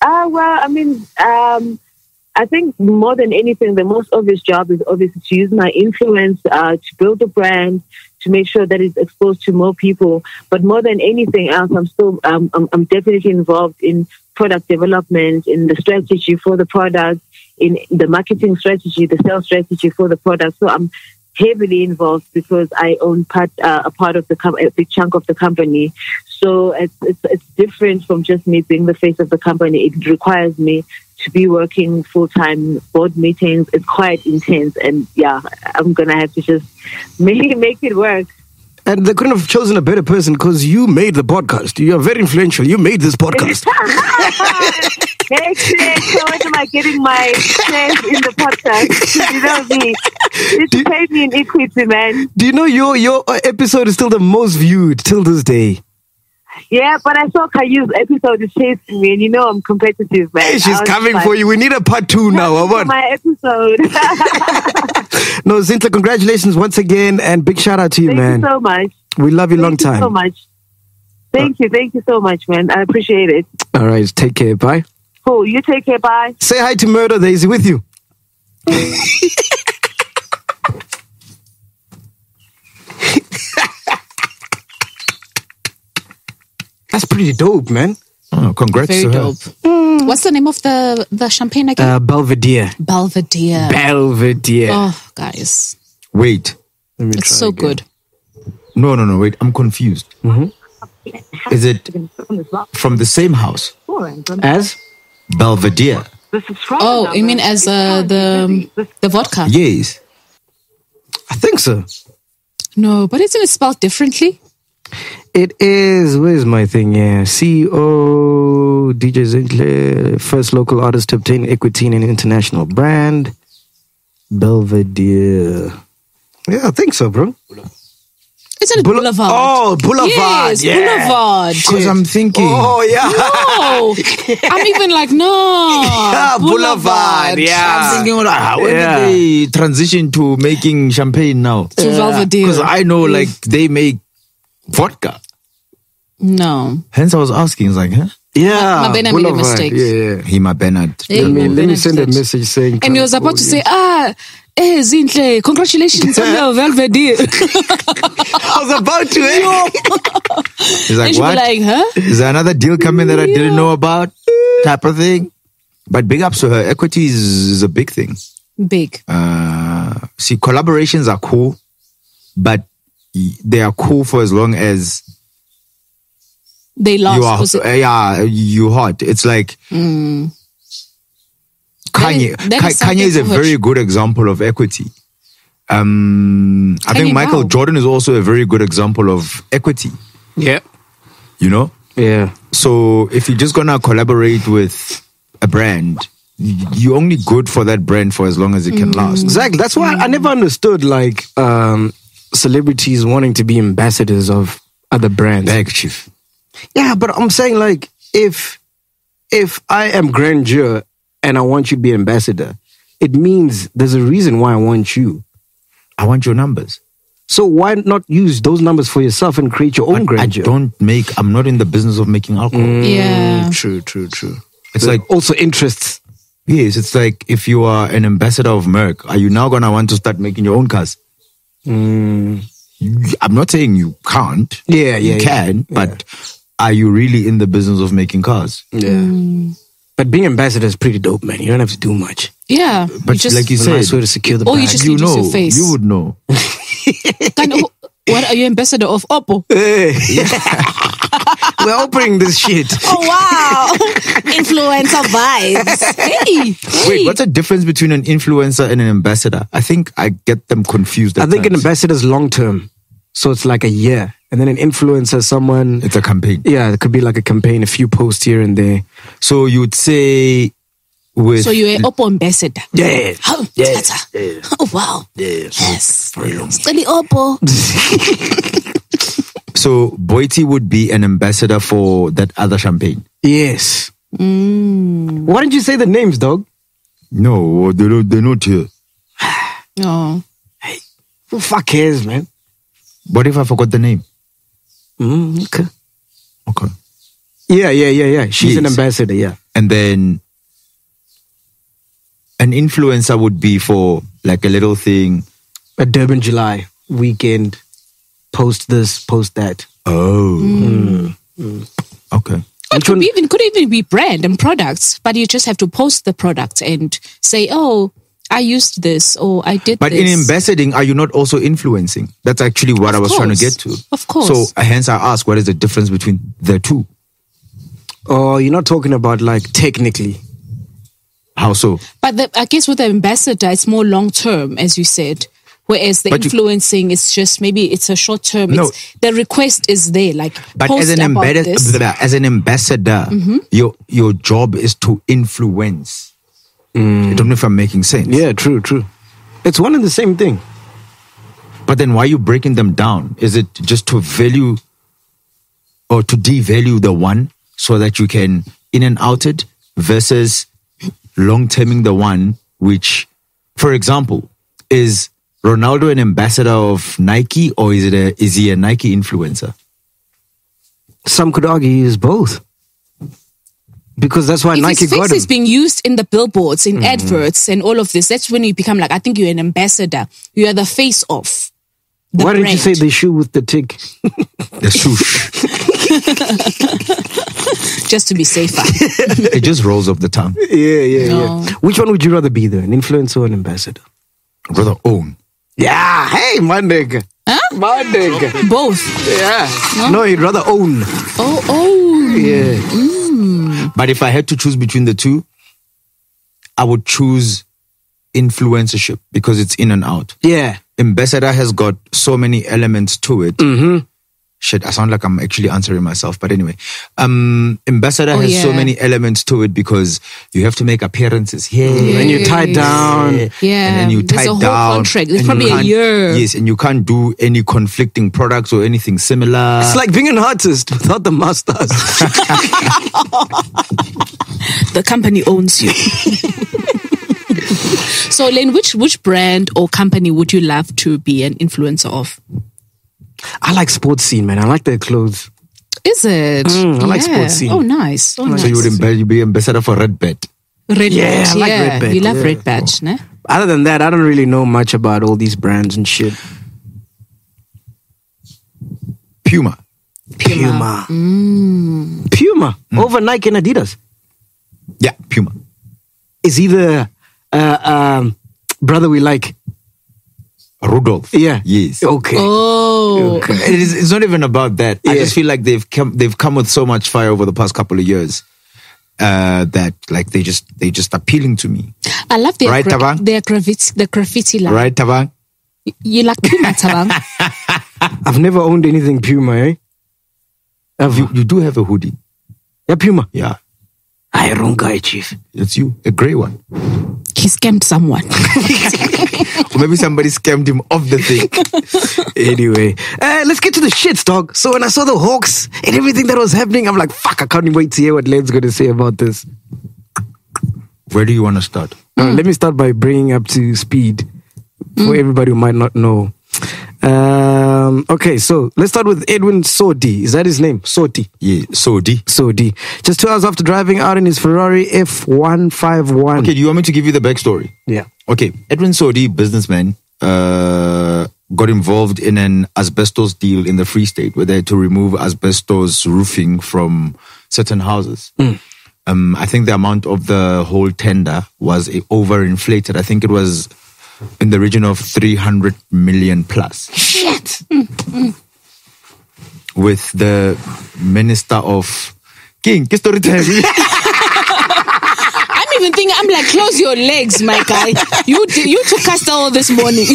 Uh, well, I mean, um, I think more than anything, the most obvious job is obviously to use my influence uh, to build the brand, to make sure that it's exposed to more people. But more than anything else, I'm still, um, I'm, I'm definitely involved in product development, in the strategy for the product, in the marketing strategy, the sales strategy for the product. So I'm heavily involved because I own part uh, a part of the com- a big chunk of the company. So it's, it's it's different from just me being the face of the company. It requires me to be working full time board meetings. It's quite intense, and yeah, I'm gonna have to just make make it work.
And they couldn't have chosen a better person because you made the podcast. You are very influential. You made this podcast.
Excellent. So when am I getting my shares in the podcast? You know me. This paid me in equity, man.
Do you know your your uh, episode is still the most viewed till this day?
Yeah, but I saw Kayu's episode is chasing me, and you know I'm competitive, man.
Hey,
I
she's
was
coming
like,
for you. We need a part two now. How about
My episode.
no, Zinta? Congratulations once again, and big shout out to you,
Thank
man.
you so much.
we love you
Thank
long
you
time. Uh,
so much. Thank you. Thank you so much, man. I appreciate it.
All right, take care. Bye.
Cool. You take care. Bye.
Say hi to Murder Daisy with you. That's pretty dope, man.
Oh, congrats
Very
to her.
dope. What's the name of the the champagne again?
Uh, Belvedere.
Belvedere.
Belvedere.
Oh, guys,
Wait.
Let me
it's
try
so
again.
good.
No, no, no. Wait. I'm confused.
Mm-hmm.
Is it from the same house?
As?
Belvedere.
Oh, you mean as uh, the the vodka?
Yes.
I think so.
No, but isn't it spelled differently?
It is. Where's my thing? E Yeah. CEO DJ Zinkler, first local artist to obtain equity in an international brand. Belvedere. Yeah, I think so, bro.
Isn't it
Boule-
Boulevard?
Oh, Boulevard.
Yes,
yeah.
Boulevard.
Because I'm thinking.
Oh, yeah.
Oh, I'm even like no.
Yeah, Boulevard, yeah.
I'm thinking, like, how- when did
Yeah.
they transition to making champagne now?
To Belvedere.
Because I know, like, they make Vodka.
No.
Hence, I was asking, it's like, huh?
Yeah.
Mabena made a
Boulevard.
mistake.
Yeah, yeah.
He, my Bernard.
Yeah,
Let me, let me
Mabena
send a
did.
message saying.
And he was about to say, ah, eh, Zintle, congratulations on your velvet deal.
I was about to. eh?
He's like,
and she'd be
what?
like, huh?
Is there another deal coming that I didn't know about? Type of thing. But big ups to her. Equity is, is a big thing.
Big.
Uh, see, collaborations are cool, but y- they are cool for as long as
They lost.
you are,
Was it-
uh, yeah, you hot. It's like Kanye.
Mm. That is- that
Ka-
is
Kanye is a
something for
very
which-
good example of equity. Um, I
Kanye
think Michael
Mao.
Jordan is also a very good example of equity.
yeah.
You know,
Yeah.
so if you're just gonna collaborate with a brand, y- you're only good for that brand for as long as it
Mm.
can last.
Exactly. That's why I never understood like um, celebrities wanting to be ambassadors of other brands.
Back, chief.
Yeah, but I'm saying like if if I am grandeur and I want you to be ambassador, it means there's a reason why I want you.
I want your numbers.
So why not use those numbers for yourself and create your own
But I
grandeur?
don't make. I'm not in the business of making alcohol.
Mm. Yeah.
True, true, true.
It's
But
like
also interests.
yes, it's like if you are an ambassador of Merck, are you now gonna want to start making your own cars?
Mm,
You- I'm not saying you can't.
Yeah, yeah,
you
yeah.
can. But are you really in the business of making cars?
Yeah. But being ambassador is pretty dope, man. You don't have to do much.
Yeah.
But like you
It's a
said,
nice way to secure the
Oh, you
bag.
just
you
need to use
know,
your face.
you would know.
Can- who- what are you ambassador of Oppo?
Hey. We're opening this shit.
Oh wow, influencer vibes. Hey,
Wait,
hey.
what's the difference between an influencer and an ambassador? I think I get them confused.
I
at
think an
times.
ambassador is long term. So it's like a year. And then an influencer, someone
it's a campaign.
Yeah, it could be like a campaign, a few posts here and there.
So you would say with
So you're an Oppo ambassador.
Yeah.
Oh,
Yeah,
tata.
yeah.
oh wow. Yes. Study Oppo.
so Boiti would be an ambassador for that other champagne.
Yes. Why didn't you say the names, dog?
No, they're not, they're not here.
Oh,
Who fuck cares, man?
What if I forgot the name?
Mm, okay.
Okay.
Yeah, yeah, yeah, yeah. She's an
Yes.
ambassador, yeah.
And then an influencer would be for like a little thing.
A Durban July weekend. Post this, post that.
Oh. Okay.
it
Which
could
one-
be even could even be brand and products, but you just have to post the product and say, "Oh, I used this," or "I did."
But in
this."
ambassadoring, are you not also influencing? That's actually what I was trying to get to.
course. Of course.
So hence I ask, what is the difference between the two?
Oh, you're not talking about like technically.
How so?
But the, I guess with the ambassador, it's more long term, as you said. Whereas the
But you-
influencing is just maybe it's a short term.
No.
It's, the request is there, like
But
post
as an
about
embedded,
this. Mm-hmm.
blah, as an ambassador, your your job is to influence. I don't know if I'm making sense.
Yeah, true, true. It's one and the same thing.
But then why are you breaking them down? Is it just to value or to devalue the one so that you can in and out it versus long terming the one, which, for example, is Ronaldo an ambassador of Nike or is it a is he a Nike influencer?
Some could argue he is both. Because that's why
if
Nike
his face
got Mm. him.
is being used in the billboards, in adverts, and all of this, that's when you become like, I think you're an ambassador. You are the face of. The
Why didn't you
brand.
say the shoe with the tick?
The swoosh.
just to be safer?
it just rolls off the tongue.
Yeah, yeah,
No.
yeah. Which one would you rather be, though, an influencer or an ambassador?
Rather own.
Yeah, hey, my nigga. Huh? My nigga.
Both.
Yeah. No, you'd rather own.
Oh, oh,
Yeah.
But if I had to choose between the two, I would choose influencership because it's in and out.
Yeah.
Ambassador has got so many elements to it.
Mm-hmm.
Shit, I sound like I'm actually answering myself, but anyway, um, ambassador
Oh,
has so
yeah.
many elements to it because you have to make appearances here,
And you're tied down.
Yeah,
and then you
there's
tie
a whole
down.
contract. There's
and
probably
you
a
can't-
year.
Yes, and you can't do any conflicting products or anything similar.
It's like being an artist without the masters.
the company owns you. so, Lynn, which which brand or company would you love to be an influencer of?
I like sports scene, man. I like their clothes.
Is it?
Mm, I like
Yeah.
sports scene.
Oh, nice. Oh, nice.
So you would embe- you'd be ambassador for Red Bet.
Red
Yeah,
Badge,
I like
yeah.
Red Badge,
You love
yeah.
Red Badge, ne?
Other than that, I don't really know much about all these brands and shit.
Puma.
Puma. Mm. Puma. Over Nike and Adidas.
Yeah, Puma.
It's either uh, um, brother we like.
Rudolph.
Yeah.
Yes.
Okay.
Oh.
It is, it's not even about that. I
Yeah.
just feel like they've come they've come with so much fire over the past couple of years uh, that like they just they just appealing to me,
I love their,
Right,
gra-
Tabang?
their graffiti, the graffiti line.
right, Tabang?
You like Puma Tabang?
I've never owned anything Puma, eh? Ever.
You you do have a hoodie,
yeah, Puma.
yeah.
I wrong guy, chief.
It's you, a grey one.
he scammed someone.
Or maybe somebody scammed him off the thing.
Anyway, uh, let's get to the shits, dog. So when I saw the Hawks and everything that was happening, I'm like, fuck, I can't wait to hear what Len's going to say about this.
Where do you want to start?
Uh, let me start by bringing up to speed for
Mm.
everybody who might not know. Um, okay, so let's start with Edwin Sodi. Is that his name? Sodi.
Yeah, so D.
Sodi. Just two hours after driving out in his Ferrari F151.
Okay, do you want me to give you the backstory?
Yeah.
Okay, Edwin Sodi, businessman, uh, got involved in an asbestos deal in the Free State where they had to remove asbestos roofing from certain houses. Um, I think the amount of the whole tender was eh, overinflated. I think it was in the region of 300 million plus. Shit! With the Minister of King, ke story time?
I'm even thinking, I'm like, close your legs, my guy. You d- you took us all this morning. you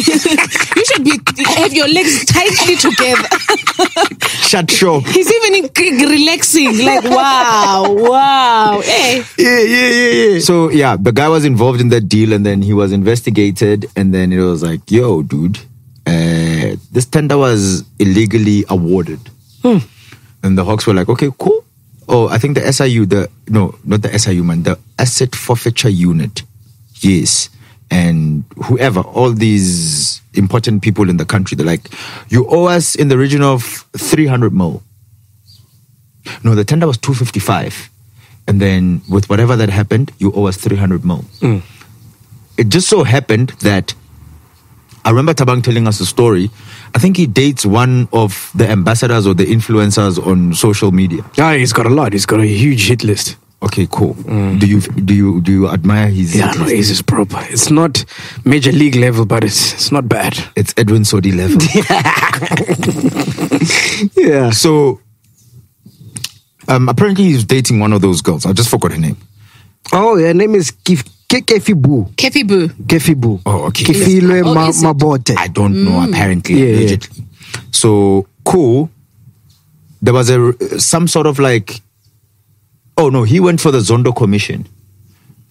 should be have your legs tightly together.
Shut shop.
He's even in- g- relaxing. Like, wow, wow. Hey,
yeah, yeah, yeah, yeah. So yeah, the guy was involved in that deal, and then he was investigated, and then it was like, yo, dude, uh, this tender was illegally awarded, and the Hawks were like, okay, cool. Oh, I think the SIU, the no, not the SIU man, the Asset Forfeiture Unit, yes, and whoever, all these important people in the country, they're like, you owe us in the region of three hundred mil. No, the tender was 255. And then with whatever that happened, you owe us 300 mil. It just so happened that I remember Tabang telling us a story. I think he dates one of the ambassadors or the influencers on social media.
Ah, he's got a lot. He's got a huge hit list.
Okay, cool. Do you do you do you admire his?
Yeah, no, he's just proper. It's not major league level, but it's it's not bad.
It's Edwin Sodi level.
Yeah.
so, um, apparently he's dating one of those girls. I just forgot her name.
Oh, her name is Kif- Ke- Kefibu.
Kepi Boo.
Kefibu.
Oh, okay.
Kefilwe
Oh,
Ma-
is it?
Mabote.
I don't know. Apparently,
Mm. Yeah, yeah.
allegedly. So cool. There was a some sort of like. Oh no, he went for the Zondo Commission,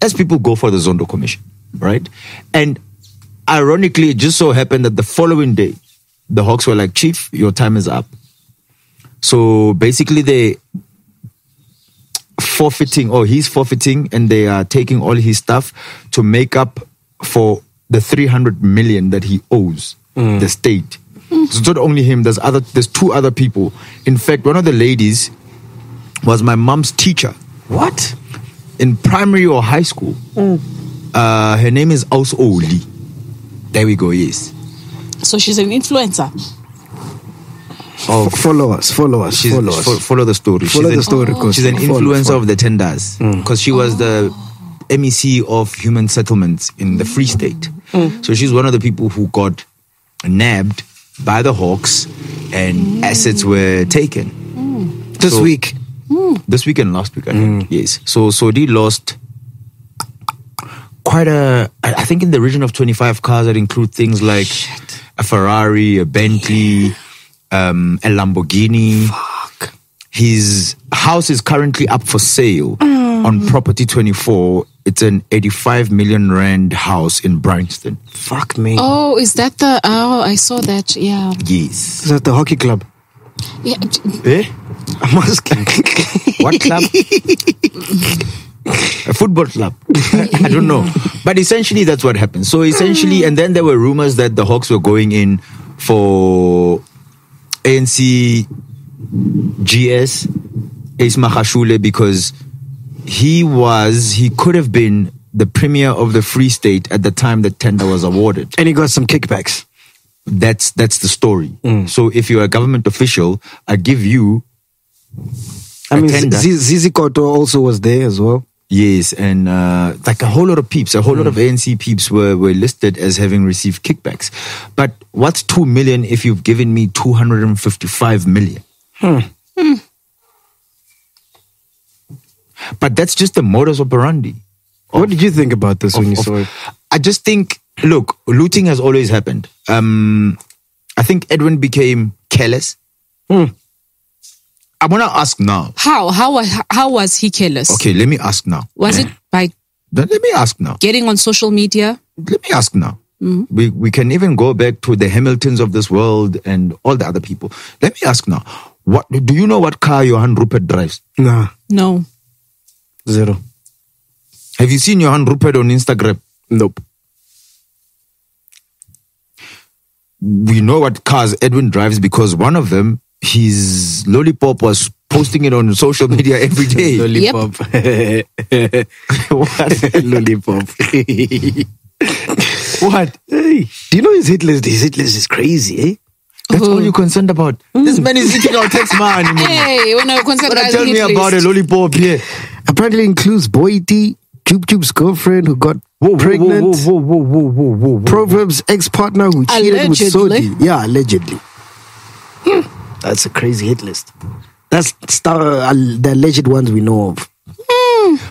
as people go for the Zondo Commission, right? And ironically, it just so happened that the following day, the Hawks were like, "Chief, your time is up." So basically, they forfeiting or he's forfeiting and they are taking all his stuff to make up for the 300 million that he owes the state so it's not only him there's other there's two other people in fact one of the ladies was my mom's teacher
What?
in primary or high school uh, her name is aus oli there we go yes
So she's an influencer.
oh
Follow us. Follow us.
She's,
follow us.
fo- follow the story.
Follow
she's an,
the story, 'cause-
She's an
follow,
influencer
follow.
of the tenders
Mm.
because she was the MEC of human settlements in the Free State. So she's one of the people who got nabbed by the Hawks and assets were taken
this
so-
week. Hmm.
this week and last week, I think. Yes. So Saudi lost quite a, I I think in the region of 25 cars that include things like a Ferrari, a Bentley, um, a Lamborghini. Fuck. His house is currently up for sale on Property 24. It's an 85 million rand house in Bryanston.
Fuck me.
Oh, is that the? Oh, I saw that. Yeah.
Yes.
Is that the hockey club?
Yeah.
Eh?
I'm asking.
What club? a football club. I don't know. But essentially, that's what happened. So essentially, and then there were rumors that the Hawks were going in for a ANC GS Ace Mahashule because he was he could have been the premier of the Free State at the time the tender was awarded.
And he got some kickbacks.
That's that's the story. So if you're a government official, I give you
I
A
mean, Z-
tender.
Z- Zizi Koto also was there as well.
Yes, and uh, like a whole lot of peeps, a whole lot of ANC peeps were, were listed as having received kickbacks. But what's two million if you've given me two hundred and fifty-five million? But that's just the modus operandi.
What did you think about this when you
of-
saw it?
I just think, look, looting has always happened. Um, I think Edwin became careless. I want to ask now.
How how was how was he careless?
Okay, let me ask now.
Was it by
Let me ask now.
getting on social media?
let me ask now. We, we can even go back to the Hamiltons of this world and all the other people. Let me ask now. What do you know what car Johan Rupert drives?
Nah,
No.
zero.
Have you seen Johan Rupert on Instagram?
Nope.
We know what cars Edwin drives because one of them, his lollipop was posting it on social media every day.
Lollipop. what? Lollipop. what? Hey, do you know his hit list? His hit list is crazy, eh?
That's all you're concerned about. This man is eating our tax man.
Hey, when I consider
Gonna tell me about a lollipop here.
Apparently includes Boy D, Jube Jube's girlfriend who got pregnant,
whoa, whoa, whoa, whoa, whoa, whoa.
Proverb's ex-partner who cheated
Allegedly.
with Sodi. Yeah, allegedly. Hmm, That's a crazy hit list. That's star, uh, the alleged ones we know of.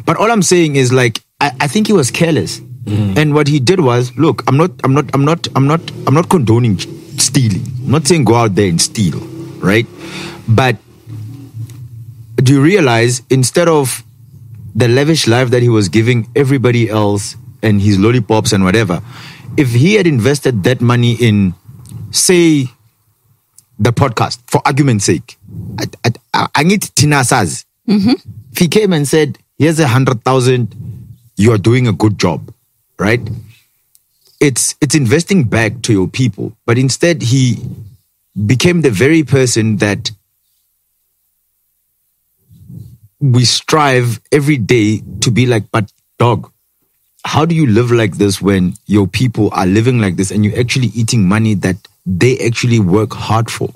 But all I'm saying is like I, I think he was careless. And what he did was, look, I'm not I'm not I'm not I'm not I'm not condoning stealing. I'm not saying go out there and steal, right? But do you realize instead of the lavish life that he was giving everybody else and his lollipops and whatever, if he had invested that money in say the podcast for argument's sake, I, I, I- I need Tina Saz if he came and said, "Here's a hundred thousand, you are doing a good job," right? It's it's investing back to your people, but instead he became the very person that we strive every day to be like. But dog, how do you live like this when your people are living like this and you're actually eating money that they actually work hard for?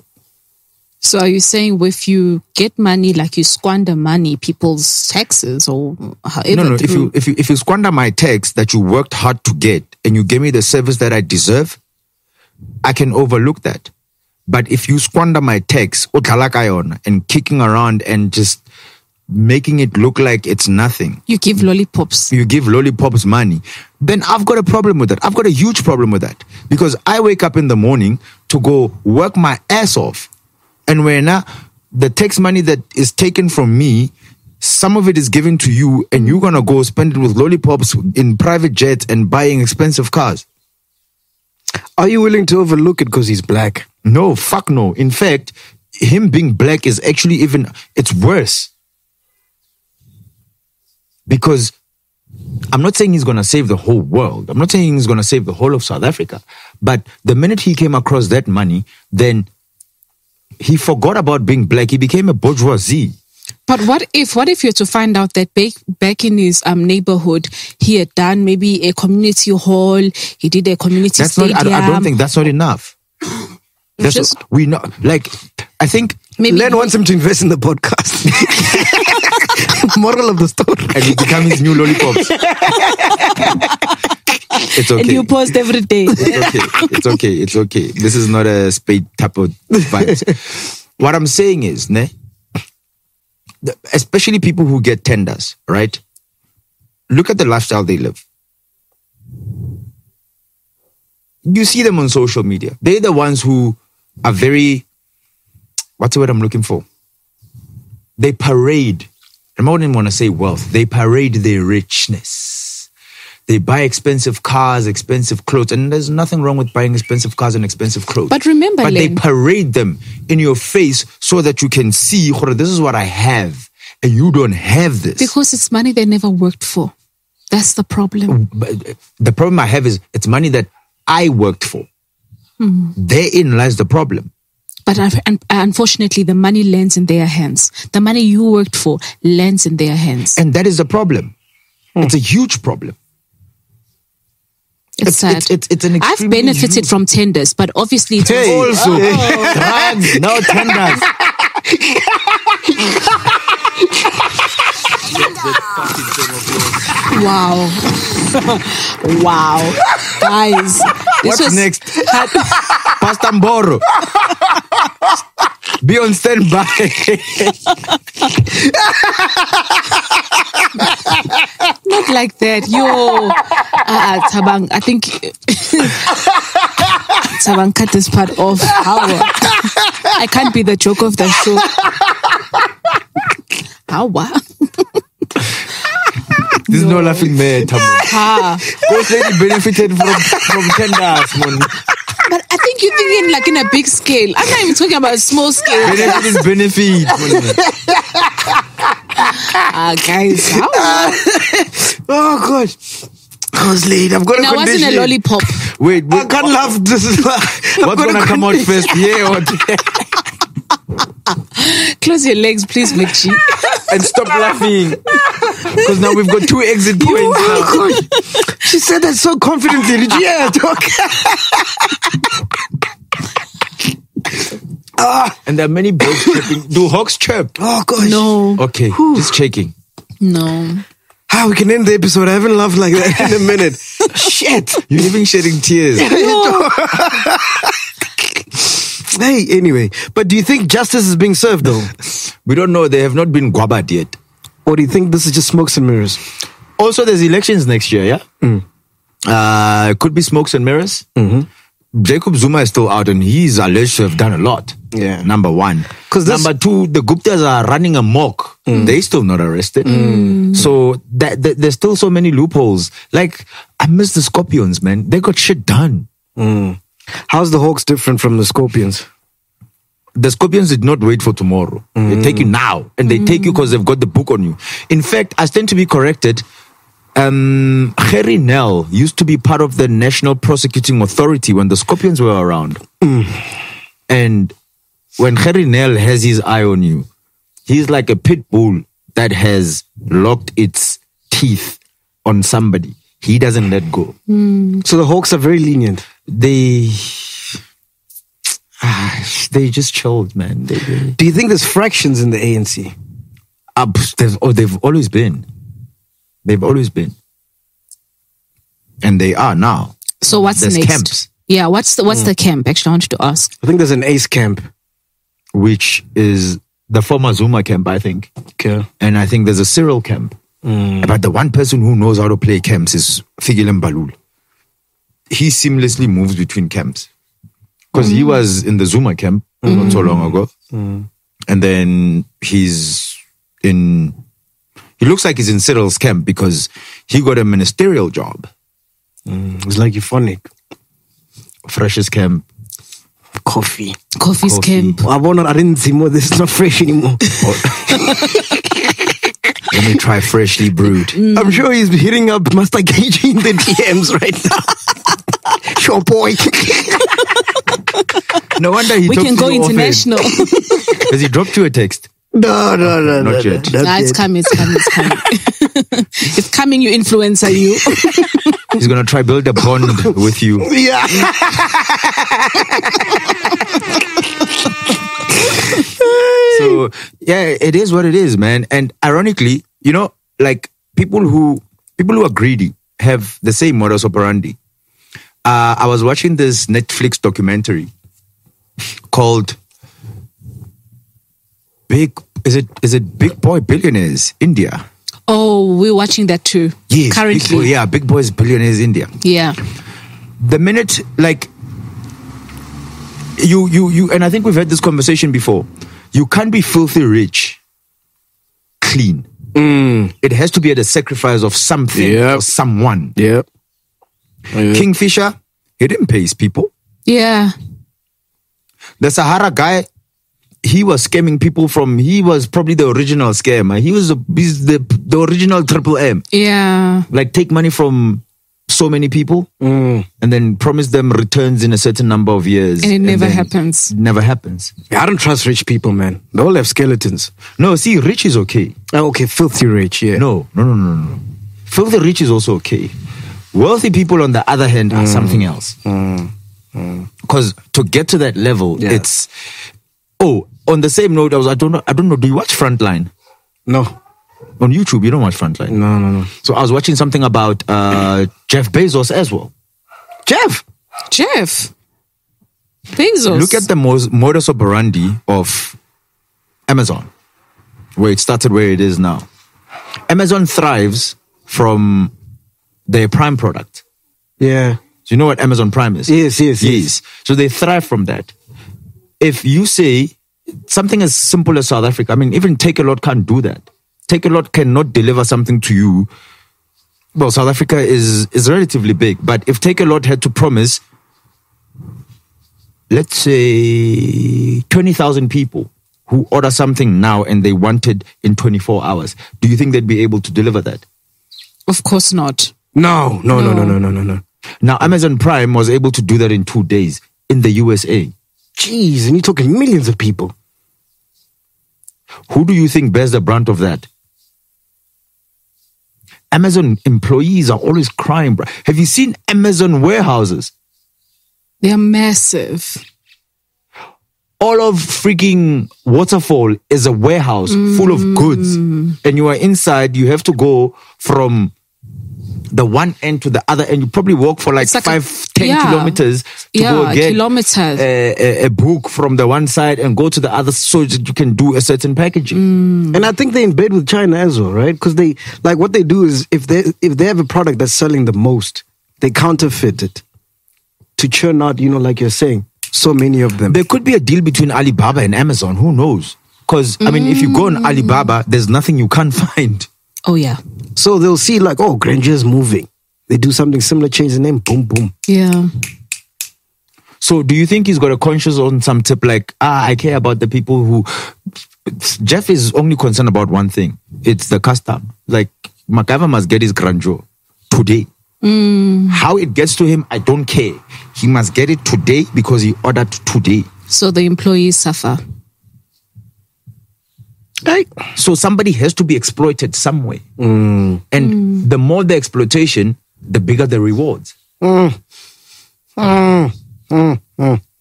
So are you saying if you get money like you squander money, people's taxes or however?
No, no. If
through-
you if you if you squander my tax that you worked hard to get and you gave me the service that I deserve, I can overlook that. But if you squander my tax, udlala ka yona, and kicking around and just making it look like it's nothing,
you give lollipops.
you give lollipops money, then I've got a problem with that. I've got a huge problem with that because I wake up in the morning to go work my ass off, and when I, the tax money that is taken from me, some of it is given to you, and you're gonna go spend it with lollipops in private jets and buying expensive cars.
Are you willing to overlook it because he's black?
No, fuck no. In fact, him being black is actually even it's worse. Because I'm not saying he's gonna save the whole world. I'm not saying he's gonna save the whole of South Africa. But the minute he came across that money, then he forgot about being black. He became a bourgeoisie.
But what if what if you're to find out that back back in his um neighborhood he had done maybe a community hall, he did a community
That's not.
stadium.
I, I don't think that's not enough. That's
Just-
we know. Like I think
maybe
Len
he-
wants him to invest in the podcast. Moral of the story.
and he become his new lollipops. it's okay.
and you post every day.
it's okay. It's okay. It's okay. This is not a spade type of vibes. what I'm saying is, ne, the- especially people who get tenders, right? Look at the lifestyle they live. You see them on social media. They're the ones who are very, what's the word I'm looking for? They parade. I don't even want to say wealth. They parade their richness they buy expensive cars, expensive clothes, and there's nothing wrong with buying expensive cars and expensive clothes.
But remember,
but they
Len-
parade them in your face so that you can see, "Gore, this is what I have, and you don't have this.
Because it's money they never worked for. That's the
Mm.
problem.
But the problem I have is it's money that I worked for. Therein lies the problem.
But un- un- unfortunately, the money lands in their hands. The money you worked for lands in their hands.
And that is the problem. It's a huge problem.
it's,
it's-
sad.
it's- it's- it's an
I've
extremely
benefited
huge-
from tenders, but obviously it was
also, drugs, no tenders.
Wow. wow. Guys. This
What's
was
next? Pastor Mboro. Be on standby.
not like that. Yo. Uh, Tabang, I think. Tabang, cut this part off. How? I can't be the joke of the show. How?
this is no laughing matter. man.
Ah.
Ghost lady benefited from, from tenders, man.
But I think you're thinking like in a big scale. I'm not even talking about small scale.
Benefit is benefit. man.
Ah, guys. How?
Oh God. I was late. I've got a
Now, I wasn't a
condition.
lollipop.
Wait,
I
wait
can't laugh. This is what's
what's going to come out first? Yeah, or
Close your legs, please, McGee.
and stop laughing. Because now we've got two exit points. now.
Oh God. She said that so confidently. Did you hear her talk?
Ah. And there are many birds chirping. Do hawks chirp?
Oh gosh.
No.
Okay, just checking.
No.
Ah, we can end the episode. I haven't laughed like that in a minute. Shit.
You're even shedding tears.
Hey, anyway. But do you think justice is being served though?
We don't know. They have not been guabad yet.
or do you think this is just smokes and mirrors?
Also, there's elections next year, yeah?
Mm.
Uh, it could be smokes and mirrors.
Mm-hmm.
Jacob Zuma is still out, and he's alleged to have done a lot.
Yeah.
Number one.
'Cause this- Mm.
Number two, the Guptas are running amok. They still not arrested. So that, that- there's still so many loopholes. Like, I miss the Scorpions, man. They got shit done.
How's the Hawks different from the Scorpions?
the scorpions did not wait for tomorrow. They take you now, and they take you because they've got the book on you. In fact, I stand to be corrected. Um, Harry Nell used to be part of the National Prosecuting Authority when the scorpions were around, and when Harry Nell has his eye on you, he's like a pit bull that has locked its teeth on somebody. He doesn't let go.
So the Hawks are very lenient.
They. They just chilled, man. They, they,
Do you think there's fractions in the ANC?
Uh, pff, they've, oh, they've always been. They've always been. And they are now.
So what's
There's
next?
camps.
Yeah, what's the what's the camp? Actually, I wanted to ask.
I think there's an ace camp.
Which is the former Zuma camp, I think.
Okay.
And I think there's a Cyril camp. But the one person who knows how to play camps is Figilem Balul. He seamlessly moves between camps. Because he was in the Zuma camp not so long ago. And then he's in. He looks like he's in Cyril's camp because he got a ministerial job.
It's like euphonic.
Freshest camp.
Coffee.
Coffee's
Coffee.
camp.
I won't, I didn't see more. This is not fresh anymore.
Let me try freshly brewed.
Mm.
I'm sure he's hitting up Master KG in the DMs right now. sure, boy.
No wonder he
We
talks
can
to
go
you often.
international.
Has he dropped you a text?
no, no, no.
Not
no,
yet.
No,
nah,
not
it's
yet.
coming, it's coming, it's coming. it's coming, you influencer, you.
He's gonna try build a bond with you.
Yeah.
So yeah, it is what it is, man. And ironically, you know, like people who people who are greedy have the same modus operandi. Uh, I was watching this Netflix documentary called Big. Is it is it Big Boy Billionaires India?
Oh, we're watching that too.
Yes, Big
Currently.
Boy- yeah, Big Boys Billionaires India.
yeah.
the minute like you you you and i think we've had this conversation before you can't be filthy rich clean
Mm,
it has to be at the sacrifice of something
Yep.
or someone
Yeah.
kingfisher he didn't pay his people
Yeah.
the sahara guy he was scamming people from he was probably the original scammer he was the, he's the, the original triple m
Yeah.
like take money from so many people
mm.
and then promise them returns in a certain number of years.
And it never
then
happens.
It never happens.
Yeah, I don't trust rich people, man. They all have skeletons.
No, see, rich is okay.
Oh, okay, filthy rich, yeah.
No, no, no, no, no. Filthy rich is also okay. Wealthy people, on the other hand,
Mm.
are something else. Because to get to that level,
Yeah.
it's oh. On the same note, I was I don't know I don't know. Do you watch Frontline
No.
on YouTube? You don't watch Frontline.
No, no, no.
So I was watching something about uh, Jeff Bezos as well. Jeff,
Jeff. Bezos.
look at the mos- modus operandi of Amazon, where it started, where it is now. Amazon thrives from their prime product.
Yeah.
Do you know what Amazon Prime is?
Yes, yes, yes.
So they thrive from that. If you say something as simple as South Africa, I mean, even Take a Lot can't do that. Take a Lot cannot deliver something to you. Well, South Africa is is relatively big, but if Take a Lot had to promise, let's say twenty thousand people who order something now and they want it in twenty four hours, do you think they'd be able to deliver that?
Of course not.
No, no, no, no, no, no, no, no.
Now, Amazon Prime was able to do that in two days in the USA.
Jeez, and you're talking millions of people.
Who do you think bears the brunt of that? Amazon employees are always crying. bruh. Have you seen Amazon warehouses?
They are massive.
All of freaking Waterfall is a warehouse full of goods.
Mm.
And you are inside, you have to go from the one end to the other, and you probably walk for like,
It's like a-
five, ten
yeah.
kilometers to go Uh,
Yeah,
get
kilometers.
A, a, a book from the one side and go to the other so that you can do a certain packaging.
And I think they're in bed with China as well, right? Because they like what they do is if they if they have a product that's selling the most, they counterfeit it to churn out, you know, like you're saying, so many of them.
There could be a deal between Alibaba and Amazon. Who knows? Because I mean, if you go on Alibaba, there's nothing you can't find.
Oh yeah.
so they'll see like, oh, Granger's moving. They do something similar, change the name, boom, boom.
Yeah.
So, do you think he's got a conscience on some tip like, ah, I care about the people who? Jeff is only concerned about one thing. It's the custom. Like MacGyver must get his grandeur today. How it gets to him, I don't care. He must get it today because he ordered today.
So the employees suffer.
So somebody has to be exploited somewhere. And the more the exploitation, the bigger the rewards. Mm.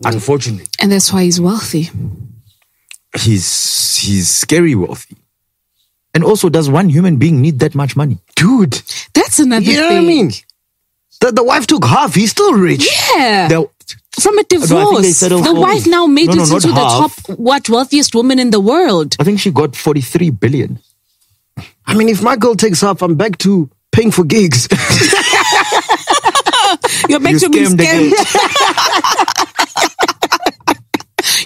Unfortunately,
And that's why he's wealthy.
he's he's scary wealthy. And also, does one human being need that much money?
Dude.
That's another
You know what I
thing.
mean? The, the wife took half, he's still rich.
Yeah.
There-
From a
they
divorce.
settled
the
for-
wife now made
No, no,
it
not
into the top
half.
what wealthiest woman in the world.
I think she got 43 billion.
I mean, if my girl takes half, I'm back to paying for gigs.
You're back to being
scammed again.
scammed.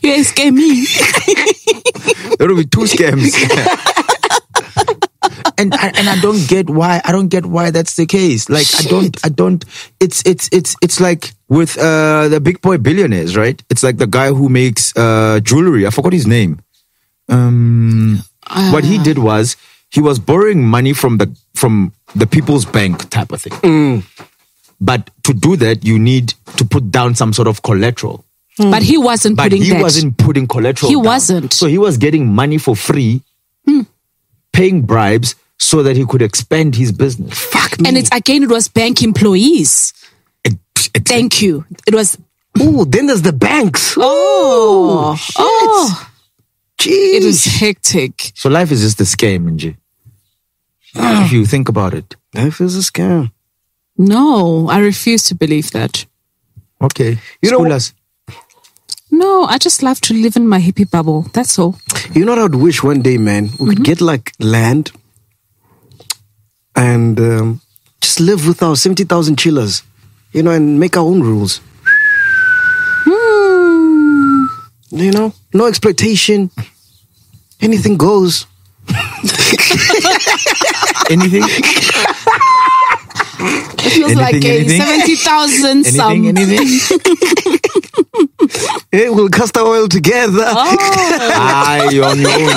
You're scamming.
There will be two scams. and I, and I don't get why I don't get why that's the case. Like I don't I don't. It's it's it's it's like with uh the big boy billionaires, right? It's like the guy who makes uh jewelry. I forgot his name. Um,
Uh.
what he did was he was borrowing money from the from the people's bank type of thing. Mm. But to do that, you need to put down some sort of collateral.
But he wasn't
Hmm. But
putting
he
that.
wasn't putting collateral.
He
down.
wasn't.
So he was getting money for free, paying bribes so that he could expand his business. Fuck
and it's again it was bank employees. Thank you. It was
Ooh, then there's the banks.
Oh, oh,
Jeez.
it was hectic.
so life is just a scam, Nji. if you think about it.
Life is a scam.
No, I refuse to believe that.
Okay.
You know-
School us.
No, I just love to live in my hippie bubble. That's all.
You know what I'd wish one day, man? We
Mm-hmm.
could get like land and um, just live with our 70,000 chillers, you know, and make our own rules.
Hmm.
You know, no exploitation. Anything goes.
anything?
It feels
Anything,
like a
anything?
seventy thousand some.
anything? Anything?
Eh, we'll cast our oil together.
Oh,
Ah, you're on your own.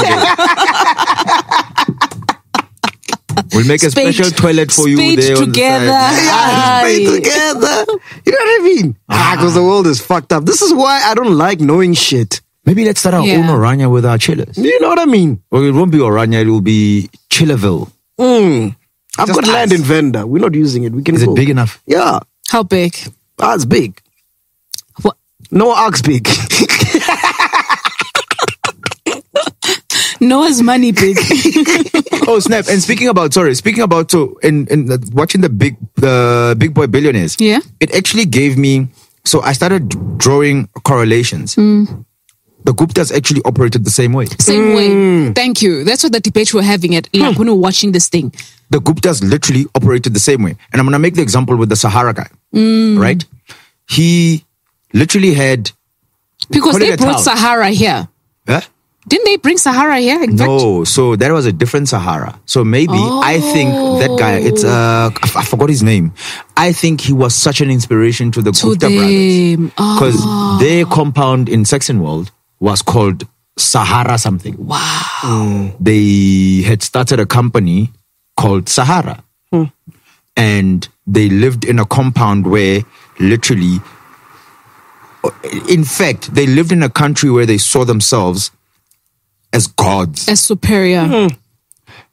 We'll make a
Spade-
special toilet for you
spade
there on the side.
together.
Yeah,
Aye.
it's made together. You know what I mean? Ah, because the world is fucked up. This is why I don't like knowing shit.
Maybe let's start our
Yeah.
own Orania with our chillers.
You know what I mean?
Well, it won't be Orania, it will be Chillerville.
Mm. I've
Just
got land
us.
in Venda. We're not using it. We can
Is
go.
it big enough?
Yeah,
How big?
that's big.
What?
No ox big.
Noah's money big.
oh snap! And speaking about sorry, speaking about so and and uh, watching the big the big boy billionaires.
Yeah.
it actually gave me. So I started drawing correlations. The Guptas actually operated the same way.
Same
Mm.
way. Thank you. That's what the debate we're having at
Hmm.
Lapuno watching this thing.
The Guptas literally operated the same way. And I'm gonna make the example with the Sahara guy, right? He literally had.
Because
Call
they
it a
brought
town.
Sahara here.
Huh?
Didn't they bring Sahara here? In fact,
No, so that was a different Sahara. So maybe I think that guy, it's uh, I f- I forgot his name. I think he was such an inspiration to Ah. the
to
Gupta brothers
them. Oh,
because their compound in Saxon world was called Sahara something. Wow. They had started a company called Sahara, and they lived in a compound where literally in fact, they lived in a country where they saw themselves as gods.
as superior.
Hmm.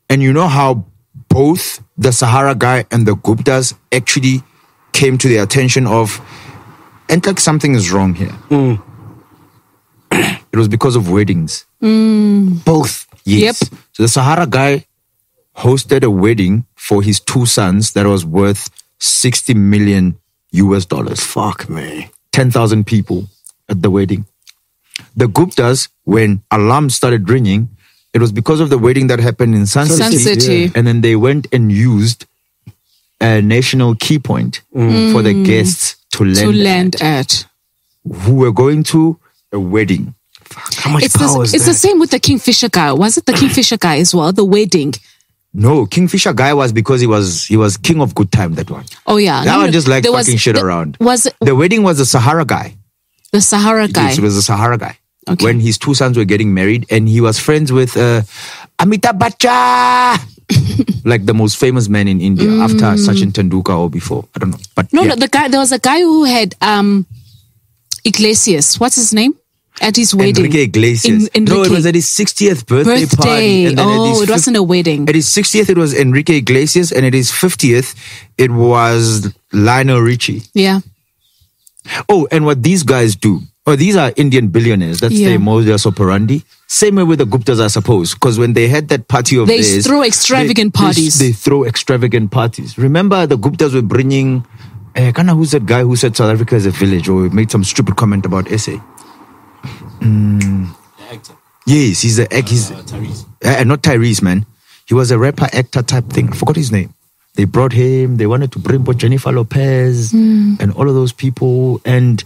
And you know how both the Sahara guy and the Guptas actually came to the attention of, and like something is wrong here. it was because of weddings. Both. Yes.
Yep.
So the Sahara guy hosted a wedding for his two sons that was worth 60 million US dollars.
Fuck me.
10,000 people at the wedding. The Guptas, when alarms started ringing, it was because of the wedding that happened in Sun,
Sun City.
Yeah. And then they went and used a national key point for the guests to land,
Mm. to land at.
who were going to a wedding.
How much
It's,
power
the,
is
it's the
that?
same with the Kingfisher guy. Was it the Kingfisher guy as well? The wedding.
No, Kingfisher guy was because he was he was king of good time that one.
Oh yeah.
That
No,
one
no,
just like
there was-
fucking shit
the-
around.
Was it
The wedding was the Sahara guy.
the Sahara guy?
Yes, he was a Sahara guy.
Okay.
When his two sons were getting married, and he was friends with uh, Amitabh Bachchan, like the most famous man in India after Sachin Tendulkar or before. I don't know, but
Mm. No,
yeah.
no, the guy. There was a guy who had um, Iglesias. What's his name? At his wedding.
Enrique Iglesias.
En-
No, it
Enrique.
was at his 60th birthday, party.
Birthday.
and then at his
Oh, it
fif-
wasn't a wedding.
At his 60th, it was Enrique Iglesias, and at his 50th, it was Lionel Richie.
yeah.
Oh, and what these guys do. Oh, these are Indian billionaires. That's
Yeah.
their modus operandi. Same way with the Guptas, I suppose. Because when they had that party of
They
theirs,
throw extravagant
they- they-
parties.
They, throw extravagant parties. Remember, the Guptas were bringing. Uh, kind of who's that guy who said South Africa is a village or made some stupid comment about SA? Mm. Yes, he's the act. He's uh, not Tyrese, man. He was a rapper actor type thing. I forgot his name. They brought him. They wanted to bring both Jennifer Lopez
Hmm.
and all of those people. And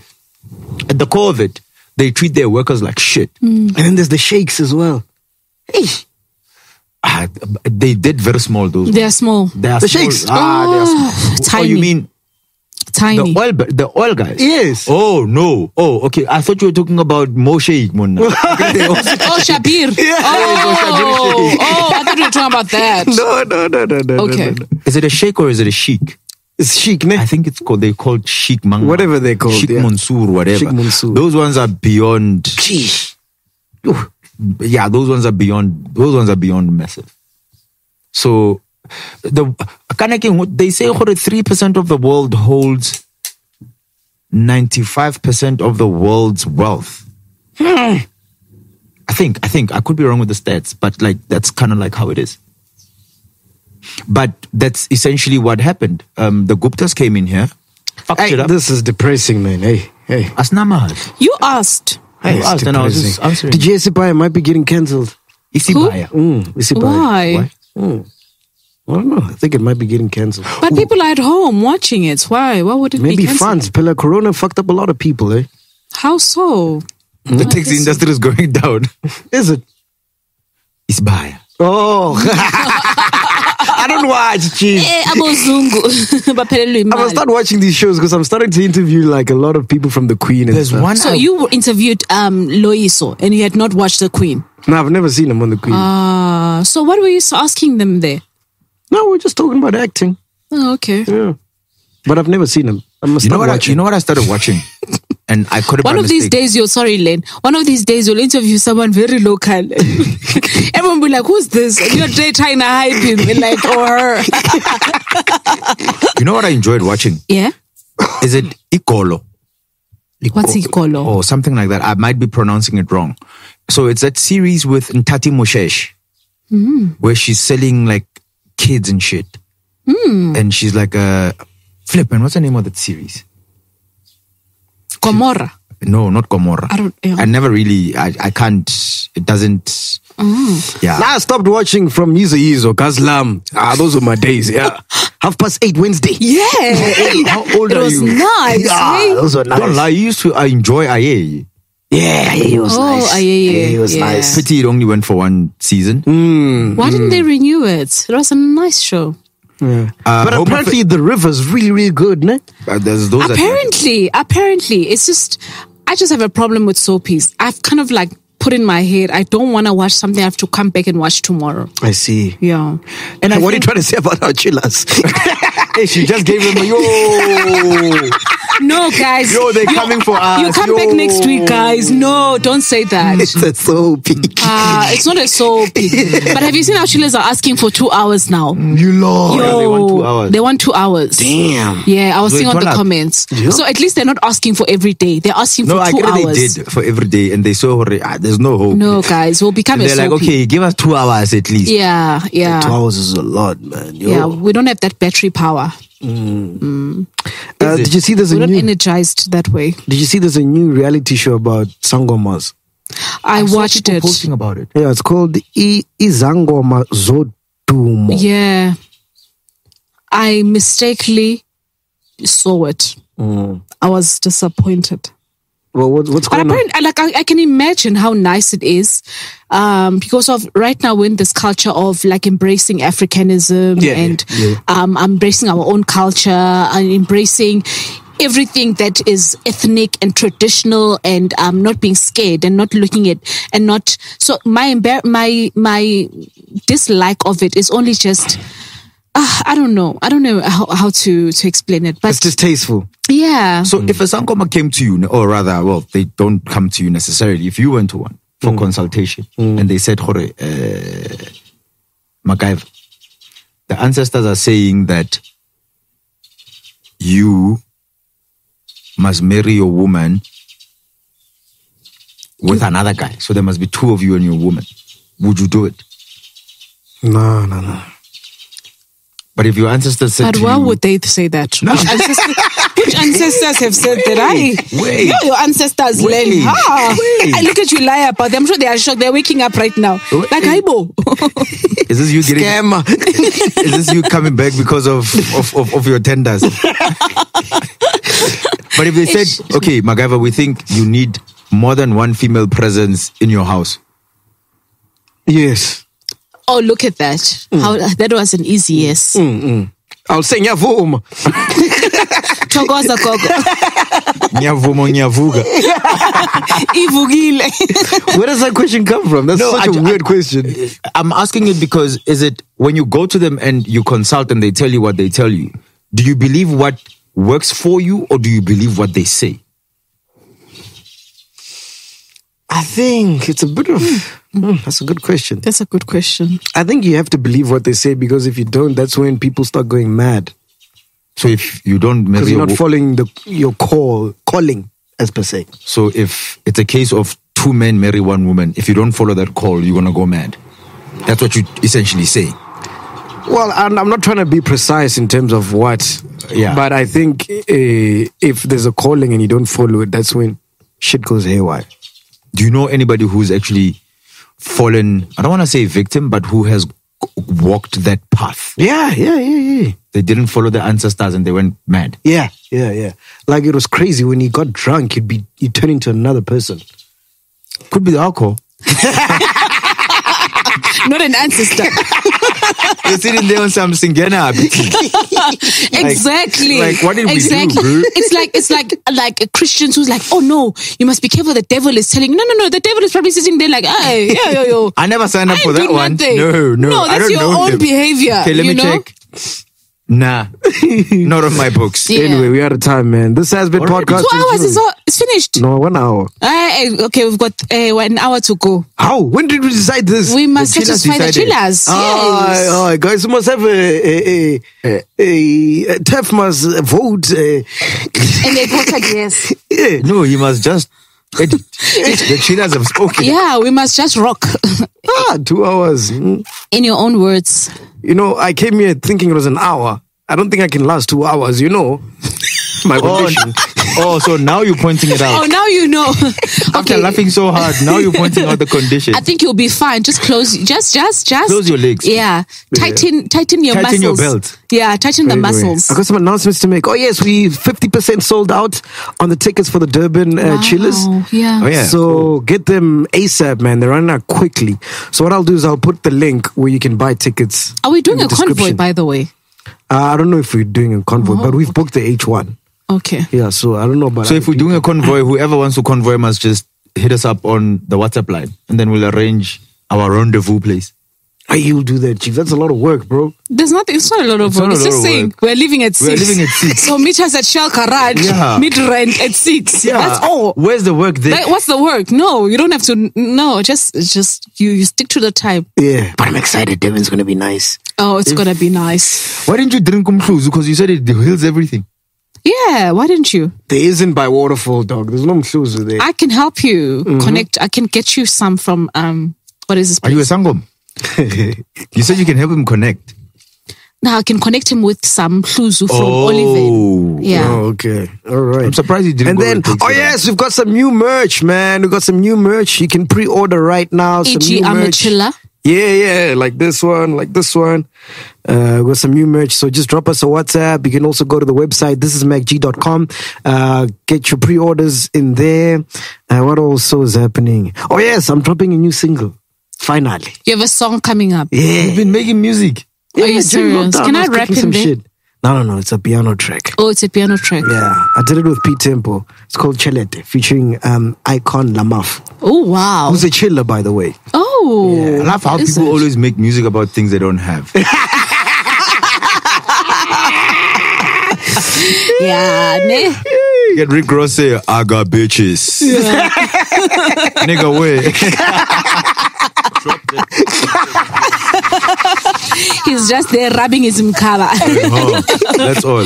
at the core of it, they treat their workers like shit.
Hmm.
And then there's the shakes as well.
Ah, they did very small those.
They are small,
They are
The
small.
sheikhs.
Ah, they are
Ah,
small. Oh, you
tiny.
mean
tiny.
the oil? ba- The oil guys.
Yes.
Oh no. Oh, okay. I thought you were talking about Moshe Igmona.
Oh, Shabir. Oh, oh, I thought we were talking about that.
No, no, no, no, no.
Okay.
No, no.
is it a sheikh or is it a sheik?
It's chic, ne?
I think it's called. They called sheik mang.
Whatever they're called,
Sheik
yeah.
Mansour, whatever.
Sheikh Mansour.
Those ones are beyond.
Sheesh.
yeah, those ones are beyond. Those ones are beyond massive. So, the Kanaki, what they say three percent of the world holds ninety-five percent of the world's wealth.
Hmm.
I think. I think I could be wrong with the stats, but like that's kind of like how it is. But that's essentially what happened. Um, the Guptas came in here, fucked
Hey,
it up.
this is depressing, man. Hey, hey.
Asnamahad.
You asked.
Hey,
It's
I was- then I was just
depressing.
answering.
DJ Sipaya might be getting cancelled.
Isibaya.
Mm, Sipaya.
Why?
Why?
I don't know. I think it might be getting cancelled.
But people are at home watching it. Why? Why would it
Maybe
be cancelled?
funds. Pella Corona fucked up a lot of people, eh?
How so?
The taxi industry is going down.
Is it?
Isibaya.
Oh. I don't watch, chief.
Eh, abozungu baphelelwe
I'm gonna
imali.
start watching these shows because I'm starting to interview like a lot of people from the Queen. And
There's
stuff.
one.
So you interviewed um Loiso and you had not watched The Queen. Ah.
No, I've never seen them on the Queen.
Uh, so what were you s- asking them there?
No, we're just talking about acting.
Oh, okay.
Yeah. But I've never seen him. I must
You know
start
what? I,
watching.
you know what I started watching, and I couldn't.
One
by
of these
mistake-
days, you'll sorry, Len. One of these days, you'll interview someone very local. Everyone will be like, "Who's this?" And you're there trying to hype him, We're like, or her.
You know what I enjoyed watching?
yeah.
Is it Ikolo?
What's Ikolo?
Or something like that. I might be pronouncing it wrong. So it's that series with Ntati Moshesh,
Hmm.
where she's selling like kids and shit.
Hmm.
And she's like a flippin'. What's the name of that series?
Gomorrah.
No, not Gomorrah.
I don't- yeah.
I never really. I, I can't. It doesn't.
Oh.
Yeah.
Nah, I stopped watching from Yizo Yizo, Kazlam. Ah, those were my days. Yeah. Half past eight Wednesday.
Yeah.
How old
it
are
was
you?
nice.
Yeah,
hey?
those were
Don't lie.
nice.
You used to I enjoy Aye.
Yeah, yeah, it was
Oh,
nice.
ah, yeah, yeah,
it was
yeah.
nice.
Pity it only went for one season.
Mm. Why didn't they renew it? It was a nice show.
Uh,
But
Home
apparently the river's really, really good, ne?
Affair- uh, there's those that-
apparently, apparently, it's just I just have a problem with soapies. I've kind of like put in my head, I don't want to watch something I have to come back and watch tomorrow.
I see.
Yeah.
And
I
what are you
think-
trying to say about our chillers?
Hey, she just gave them a yo.
No, guys.
Yo, they're coming for us.
You come
Yo.
back next week, guys. No, don't say that.
it's a soapy.
Ah, it's not a soap. but have you seen how chillers are asking for two hours now?
You
Mm.
lord.
Yo,
Oh, they want two hours.
They want two hours.
Damn.
Yeah, I was
So
seeing
it
on the
went up.
comments. So at least they're not asking for every day. They're asking
no,
for
I
two
get it.
hours.
They did for every day, and they saw her. Ah, there's no hope.
No, guys, we'll become
And
a
they're like,
soapie.
okay, give us two hours at least.
Yeah, yeah.
Two hours is a lot, man. Yo.
Yeah, we don't have that battery power.
Uh, did you see there's
We're
a
not
new?
Mm.
energized that way.
did you see there's a new reality show about sangomas?
I, watched
People
it.
Posting about it.
Yeah, it's called I Izangoma Zodumo.
Yeah. I mistakenly saw it. I was disappointed.
Well, what, what's
But
going on?
apparently, I- like I, I can imagine how nice it is, um, because of right now we're in this culture of like embracing Africanism
Yeah, yeah,
and Um, embracing our own culture and embracing everything that is ethnic and traditional and um, not being scared and not looking at and not so my embar- my my dislike of it is only just. ah, I don't know. I don't know how, how to, to explain it, but
It's distasteful.
yeah.
So if a Sangoma came to you, or rather, well, they don't come to you necessarily. If you went to one
Hmm.
for consultation and they said, Hore, uh, Makaiva, the ancestors are saying that you must marry your woman
Hmm.
with another guy. So there must be two of you and your woman. Would you do it?
No, no, no.
But if your ancestors said
But
to
why
you,
would they say that? Which, ancestors, which ancestors have said that? I,
Wait.
You're your ancestors,
Wait.
Lenny. Ah,
Wait.
I look at you lie about them. I'm sure they are shocked. They're waking up right now.
Wait.
Like, Aibo.
is this you getting
Scammer.
is this you coming back because of of, of, of your tenders? but if they said, okay, MacGyver, we think you need more than one female presence in your house.
yes.
oh, look at that.
Mm.
How That was an easy yes.
I'll sing your form.
Chogoza gogo.
Ngiyavumo, ngiyavuka.
Ivugile.
Where does that question come from? That's
No,
such
I-
a
I-
weird question.
I'm asking it because is it when you go to them and you consult and they tell you what they tell you, do you believe what works for you or do you believe what they say?
I think it's a bit of. Mm, that's a good question.
That's a good question.
I think you have to believe what they say because if you don't, that's when people start going mad
So if you don't marry
because you're
a
not
wo-
following the your call calling as per se.
so if it's a case of two men marry one woman, if you don't follow that call, you're gonna go mad. That's what you essentially say.
Well, I'm, I'm not trying to be precise in terms of what.
Yeah.
But I think uh, if there's a calling and you don't follow it, that's when shit goes haywire.
do you know anybody who's actually fallen i don't want to say victim but who has g- walked that path
Yeah, yeah, yeah, yeah.
they didn't follow their ancestors and they went mad
Yeah, yeah, yeah. Like it was crazy when he got drunk, he'd be he'd turn into another person.
could be the alcohol
not an ancestor.
You're sitting there on some Singena.
exactly.
like, what did we do,
exactly.
bro?
It's like it's like like a Christian who's like, oh no, you must be careful. The devil is telling. you." No, no, no. The devil is probably sitting there like, hey, yo, yo, yo.
I never signed up
I
for
do
that one.
nothing.
No, no.
No,
I
that's
don't
your
know
own
them.
behavior,
Okay, let
you
me
know?
check. Nah, not on my books.
Yeah.
Anyway, we're out of time, man. This has been
Already?
podcast.
Two hours is all. It's finished.
No, one hour.
Aye, aye, okay, we've got uh, an hour to go.
How? When did we decide this?
We must
chillers
satisfy the
decided.
chillers.
Aye,
yes.
aye, guys, we must have a a a, a, a TEF must uh, vote. Uh,
And they voted yes.
yeah.
No, you must just. edit. the cheaters have spoken.
Yeah, we must just rock
ah, two hours. Mm.
in your own words.
You know, I came here thinking it was an hour. I don't think I can last two hours. You know, my
Oh,
condition.
oh, so now you're pointing it
Oh,
out.
now you know.
After
okay.
laughing so hard, now you're pointing out the condition.
I think you'll be fine. Just close, just, just, just.
Close your legs.
Yeah, tighten, tighten your
Tighten your
muscles.
belt.
Yeah, tighten the
Anyway,
muscles.
I got some announcements to make. Oh yes, we fifty percent sold out on the tickets for the Durban uh, Chillers.
Wow, yeah.
Oh, yeah.
so get them ASAP, man. They're running out quickly. So what I'll do is I'll put the link where you can buy tickets.
Are we doing
in
a
the
convoy,
description.
by Oh. the way?
Uh, I don't know if we're doing a convoy, but we've booked the H one.
Okay.
Yeah, so I don't know about.
So if we're doing a convoy, whoever wants to convoy must just hit us up on the WhatsApp line, and then we'll arrange our rendezvous place.
Hey, you'll do that, chief. That's a lot of work, bro.
There's nothing. It's not a lot of
It's
work.
not a
It's
lot
just
of
saying
work.
we're leaving at
We're
six.
leaving at six.
so meet us at Shell Garage.
Yeah.
Meet rent at six. That's all.
Where's the work there?
Like, what's the work? No, you don't have to. No, just just you you stick to the time.
Yeah, but I'm excited. Devon's gonna be nice.
Oh, it's gonna be nice.
Why didn't you drink umhluzi? Because you said it heals everything.
Yeah, why didn't you?
There isn't by waterfall, dog. There's no clues there.
I can help you
Mm-hmm.
connect. I can get you some from um. What is this?
Are you a
place?
sangom? you said you can help him connect.
Now I can connect him with some Kluzu from Oliven. Yeah.
Oh, okay. All right.
I'm surprised you didn't.
And
go
then,
with Takes
oh
It Out.
yes, we've got some new merch, man. We've got some new merch. You can pre-order right now. Some
E.g.
new
E I'm a
merch.
chiller.
Yeah, yeah, like this one, like this one. Uh, we've got some new merch, so just drop us a WhatsApp. You can also go to the website. This is macg.com. Uh, get your pre-orders in there. Uh, what also is happening? Oh yes, I'm dropping a new single. Finally,
You have a song coming up.
yeah.
You've been making music.
Are you
Yeah, during
serious?
lockdown,
Can I
was
rap
cooking
him
some
there?
shit. No, no, no. It's a piano track.
Oh, it's a piano track.
Yeah, I did it with Pete Temple. It's called Chelete, featuring um, Icon Lamaf,
Oh wow.
who's a chiller, by the way.
Oh.
I love how
Is
people
it?
always make music about things they don't have.
Yeah. ne?
You Get Rick Ross say, I got bitches. Nigga, wait.
He's just there rubbing his mkaba.
Oh, that's all.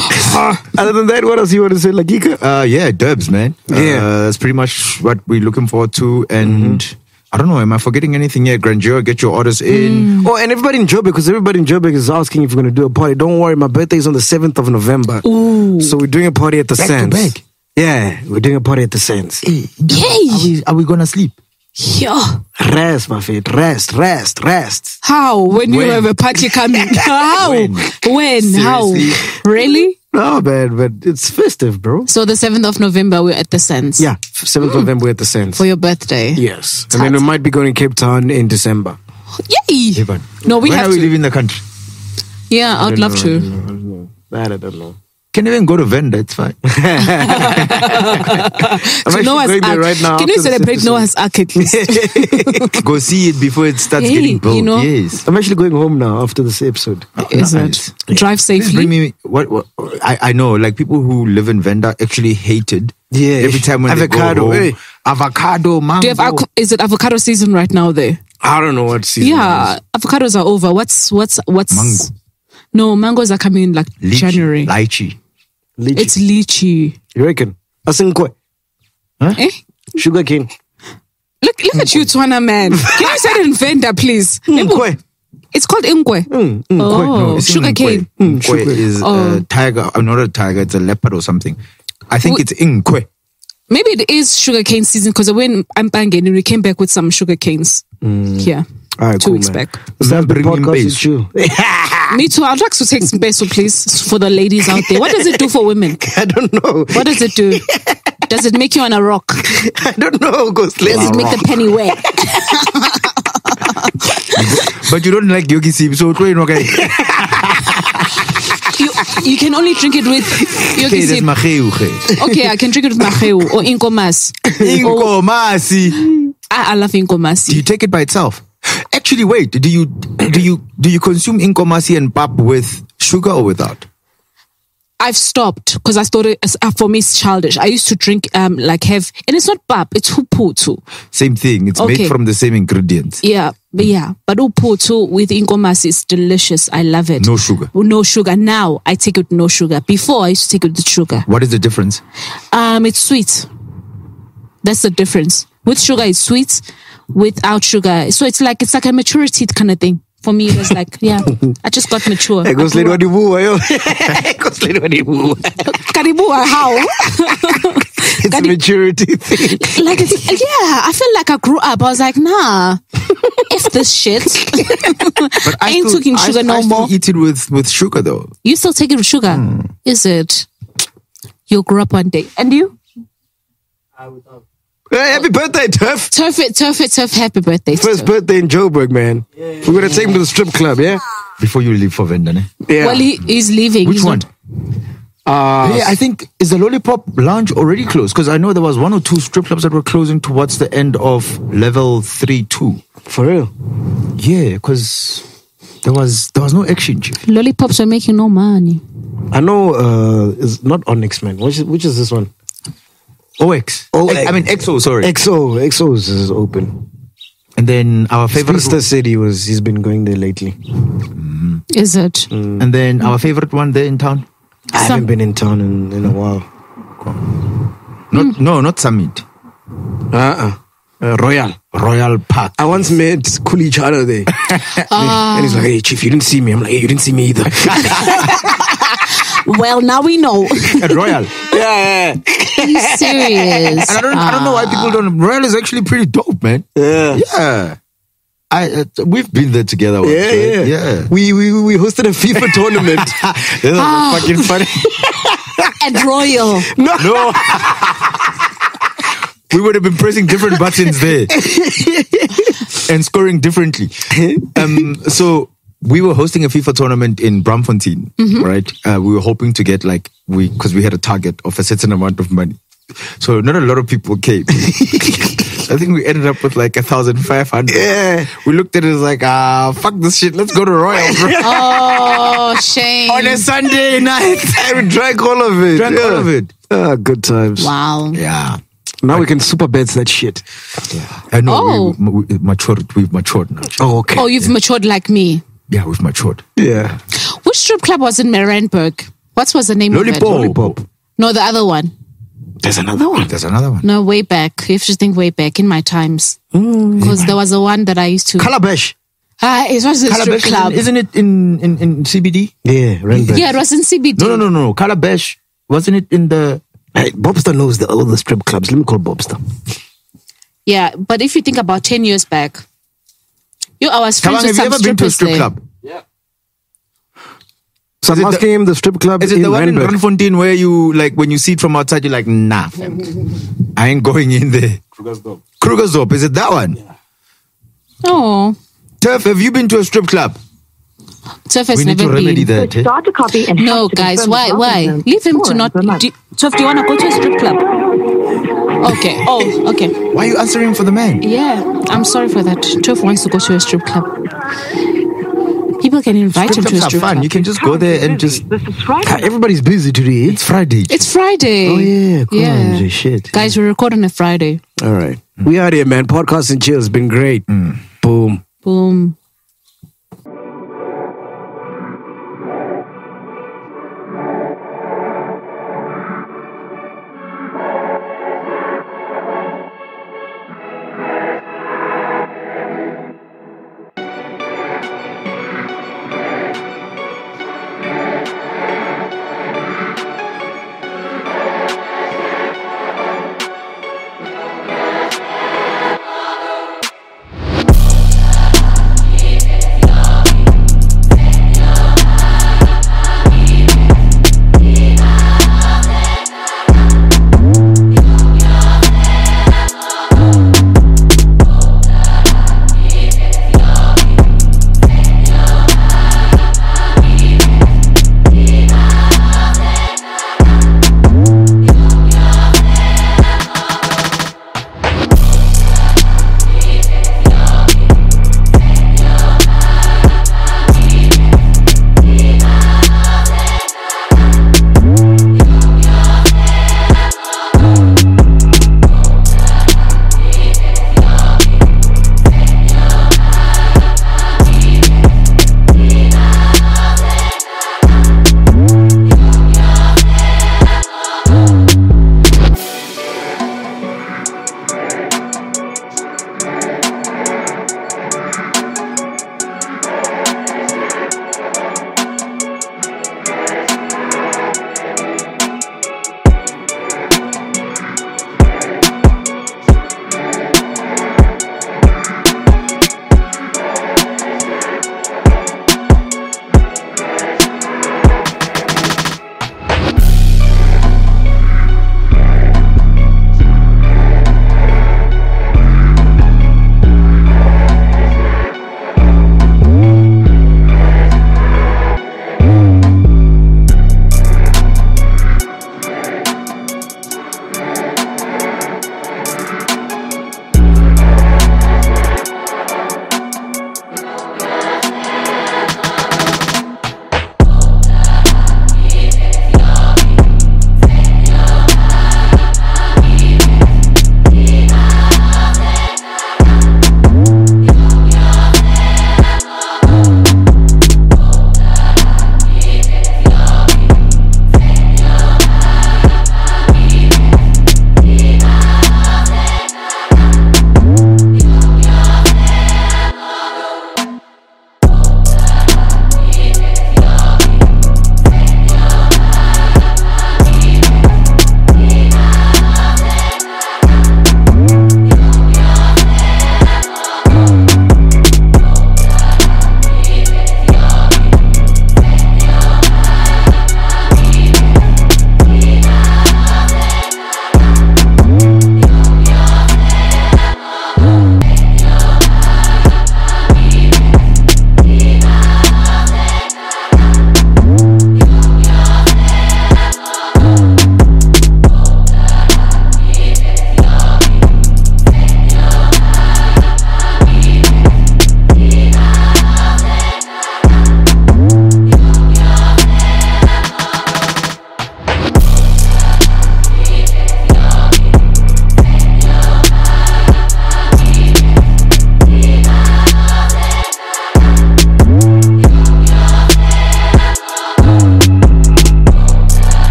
Other than that, what else you want to say, Lagika?
Uh, yeah, Dubs, man.
Yeah.
Uh, that's pretty much what we're looking forward to. And I don't know, am I forgetting anything yet? Grandeur, get your orders in.
Oh, and everybody in Joburg, because everybody in Joburg is asking if we're going to do a party. Don't worry, my birthday is on the 7th of November. Ooh. So we're doing a party at the
Back to
Sands.
back.
Yeah, we're doing a party at the Sands.
Eh. Yay.
Are we gonna sleep?
Yeah.
Rest, my friend. Rest, rest, rest.
How? When, you
When?
have a party coming? How?
When?
When? How?
Seriously?
Really?
No, man, but it's festive, bro.
So the 7th of November, we're at the Sands.
Yeah, 7th
Mm.
of November, we're at the Sands.
For your birthday.
Yes. And then we might be going to Cape Town in December.
Yay.
Ivan,
No, we
when
have
are we
to.
leaving the country?
Yeah, I'd love to.
That I don't know.
Can even go to Venda, it's fine.
To
actually
Noah's
going there
Ark.
right now
Can you
after this
celebrate
episode.
Noah's Ark at least?
go see it before it starts
Hey,
getting built.
you know.
yes.
I'm actually going home now after this episode.
Is
Nice.
it? Drive
Please bring
safely.
me what, what I, I know, like people who live in Venda actually hated.
Yeah.
Every time when
Avocado, eh?
they go home,
hey.
avocado, mango.
Do you have alco- is it avocado season right now there?
I don't know what season.
Yeah, avocados are over. What's what's what's
Mango.
No, mangoes are coming in like
Lychee,
January.
Lychee.
Lychee.
It's lychee.
you reckon? Asinkwe.
Eh?
Sugar cane.
Look look at you, Twana man. Can you say it in Venda, please?
Hmm.
Nkwe.
It's called ingwe.
Mm,
oh,
It's in
sugar
Nkwe.
cane.
Nkwe is
Oh.
a tiger. I'm not a tiger. It's a leopard or something. I think
Wh-
it's eh. inkwe.
Maybe it is sugar cane season because when I'm banging, we came back with some sugar canes. Yeah.
Mm. All right,
Two
cool,
weeks
man.
back.
This has been
Bring him
podcast
base.
with you. Eh,
Me too. I'd like to take some peso, please, for the ladies out there. What does it do for women?
I don't know.
What does it do? Does it make you on a rock?
I don't know. Ghost
Does
lady.
it make the penny wet?
but you don't like Yogi Sib, so try no guy.
You, you can only drink it with
Okay,
yogi
that's
sip.
my kheu kheu.
Okay, I can drink it with maheu or inkomas.
eh. Inko masi.
I, I love
Do you
inkomasi.
take it by itself? Actually, wait. Do you do you do you consume inkomasi and pap with sugar or without?
I've stopped because I thought it, as- uh, for me it's childish. I used to drink um like have and it's not pap, it's hupu too.
Same thing. It's
Okay.
made from the same ingredients.
Yeah, but yeah, but upu too with inkomas is delicious. I love it.
No sugar.
With No sugar. Now I take it with no sugar. Before I used to take it with sugar.
What is the difference?
Um, it's sweet. That's the difference. With sugar, it's sweet. Without sugar, so it's like it's like a maturity kind of thing. For me, it was like, yeah, I just got mature.
Hey, go
I
slay
grew up.
wadibu, ayo. Go slay wadibu.
Karibua, how?
It's a maturity thing.
like it's, yeah, I feel like I grew up. I was like, nah, if this shit.
But
I ain't taking sugar
I,
no
I still
more.
Eat Hmm. it with with sugar though.
you still take it with sugar, is it? You'll grow up one day. And you?
Hey, happy birthday, Tuff.
Turf it, turf it, turf. Happy birthday. to
First
you.
birthday in Joburg, man. We're going to take him to the strip club, yeah?
Before you leave for Venda, ne?
Yeah.
Well, he, he's leaving.
Which
He's
one?
not-
Uh,
Hey, I think is the lollipop lounge already closed? Because I know there was one or two strip clubs that were closing towards the end of level three two.
for real.
Yeah, because there was there was no exchange.
Lollipops are making no money.
I know uh, it's not Onyx, man. Which is, which is this one?
OX.
OX.
I mean XO. Sorry.
XO. XO's is open.
and then our favorite.
Speedster said he was, he's been going there lately.
Is it?
And then our favorite one there in town.
Some-
I haven't been in town in, in a while.
Not no, not Summit.
Uh-uh. Uh, Royal.
Royal Park.
I once met Kulichara there. and he's like, hey, Chief, you didn't see me. I'm like, hey, you didn't see me either.
Well, now we know.
At Royal.
yeah, yeah.
Are you serious?
And I don't, I don't know why people don't. Royal is actually pretty dope, man.
Yeah.
Yeah. I uh, we've been there together. Once,
Yeah, yeah.
right? yeah.
We, we, we hosted a FIFA tournament.
This was fucking funny.
At Royal.
No. we would have been pressing different buttons there and scoring differently. Um, so we were hosting a FIFA tournament in Bramfontein, right? Uh, we were hoping to get like we because we had a target of a certain amount of money. So not a lot of people came. I think we ended up with like a thousand five hundred. Yeah. We looked at it as like, ah, fuck this shit. Let's go to Royal bro."
Oh, shame.
on a Sunday night.
and we drank all of it.
Drank all
Yeah.
of it.
Ah, good times.
Wow.
Yeah.
Now we can super bet that shit.
I know
Oh.
we, we matured. We've matured now.
Oh, okay.
Oh, you've matured like me.
Yeah, we've matured.
yeah.
Which strip club was in Marienburg? What was the name of it?
Lollipop.
No, the other one.
There's another one.
There's another one.
No, way back. You have to think way back in my times.
Mm.
Because there was the one that I used to.
Calabash.
Ah, it was a strip
Calabash
club.
isn't, isn't it in, in, in CBD?
Yeah, Renberg.
yeah, it was in CBD.
No, no, no, no. Calabash wasn't it in the?
Hey, Bobster knows the, all the strip clubs. Let me call Bobster.
Yeah, but if you think about 10 years back, you, I was friends
Tawang,
with
have you
some
ever been to a
strippers
strip
there.
club?
So
it
I'm
the-
asking him the strip club
Is it
in
the one in
Randburg.
Randfontein where you like when you see it from outside, you're like, nah, fam. I ain't going in there. Krugersdorp. Is it that one?
Oh,
Turf, have you been to a strip club?
Surf has
we need to
never
remedy
been.
that. eh?
Start a copy and
No, guys, why? Why? Leave him to not. Do, Toph, do you want to go to a strip club? Okay. Oh, okay.
Why are you answering for the man?
Yeah, I'm sorry for that. Toph wants to go to a strip club. People can invite
Strip
him to a
clubs are
strip
fun.
club.
You can just go there and just.
This is Friday.
Ah, Everybody's busy today.
It's Friday.
It's Friday.
oh, yeah. Cool.
yeah.
Shit.
Guys, we record on a Friday.
All right. Mm. We out here, man. Podcast and chill has been great. Boom.
Boom.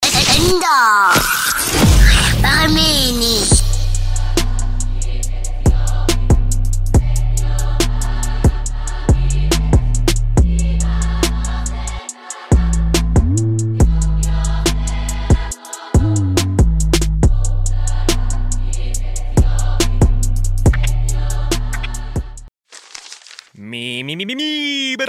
Nintendo. Barminis.
Me, me, me, me, me, but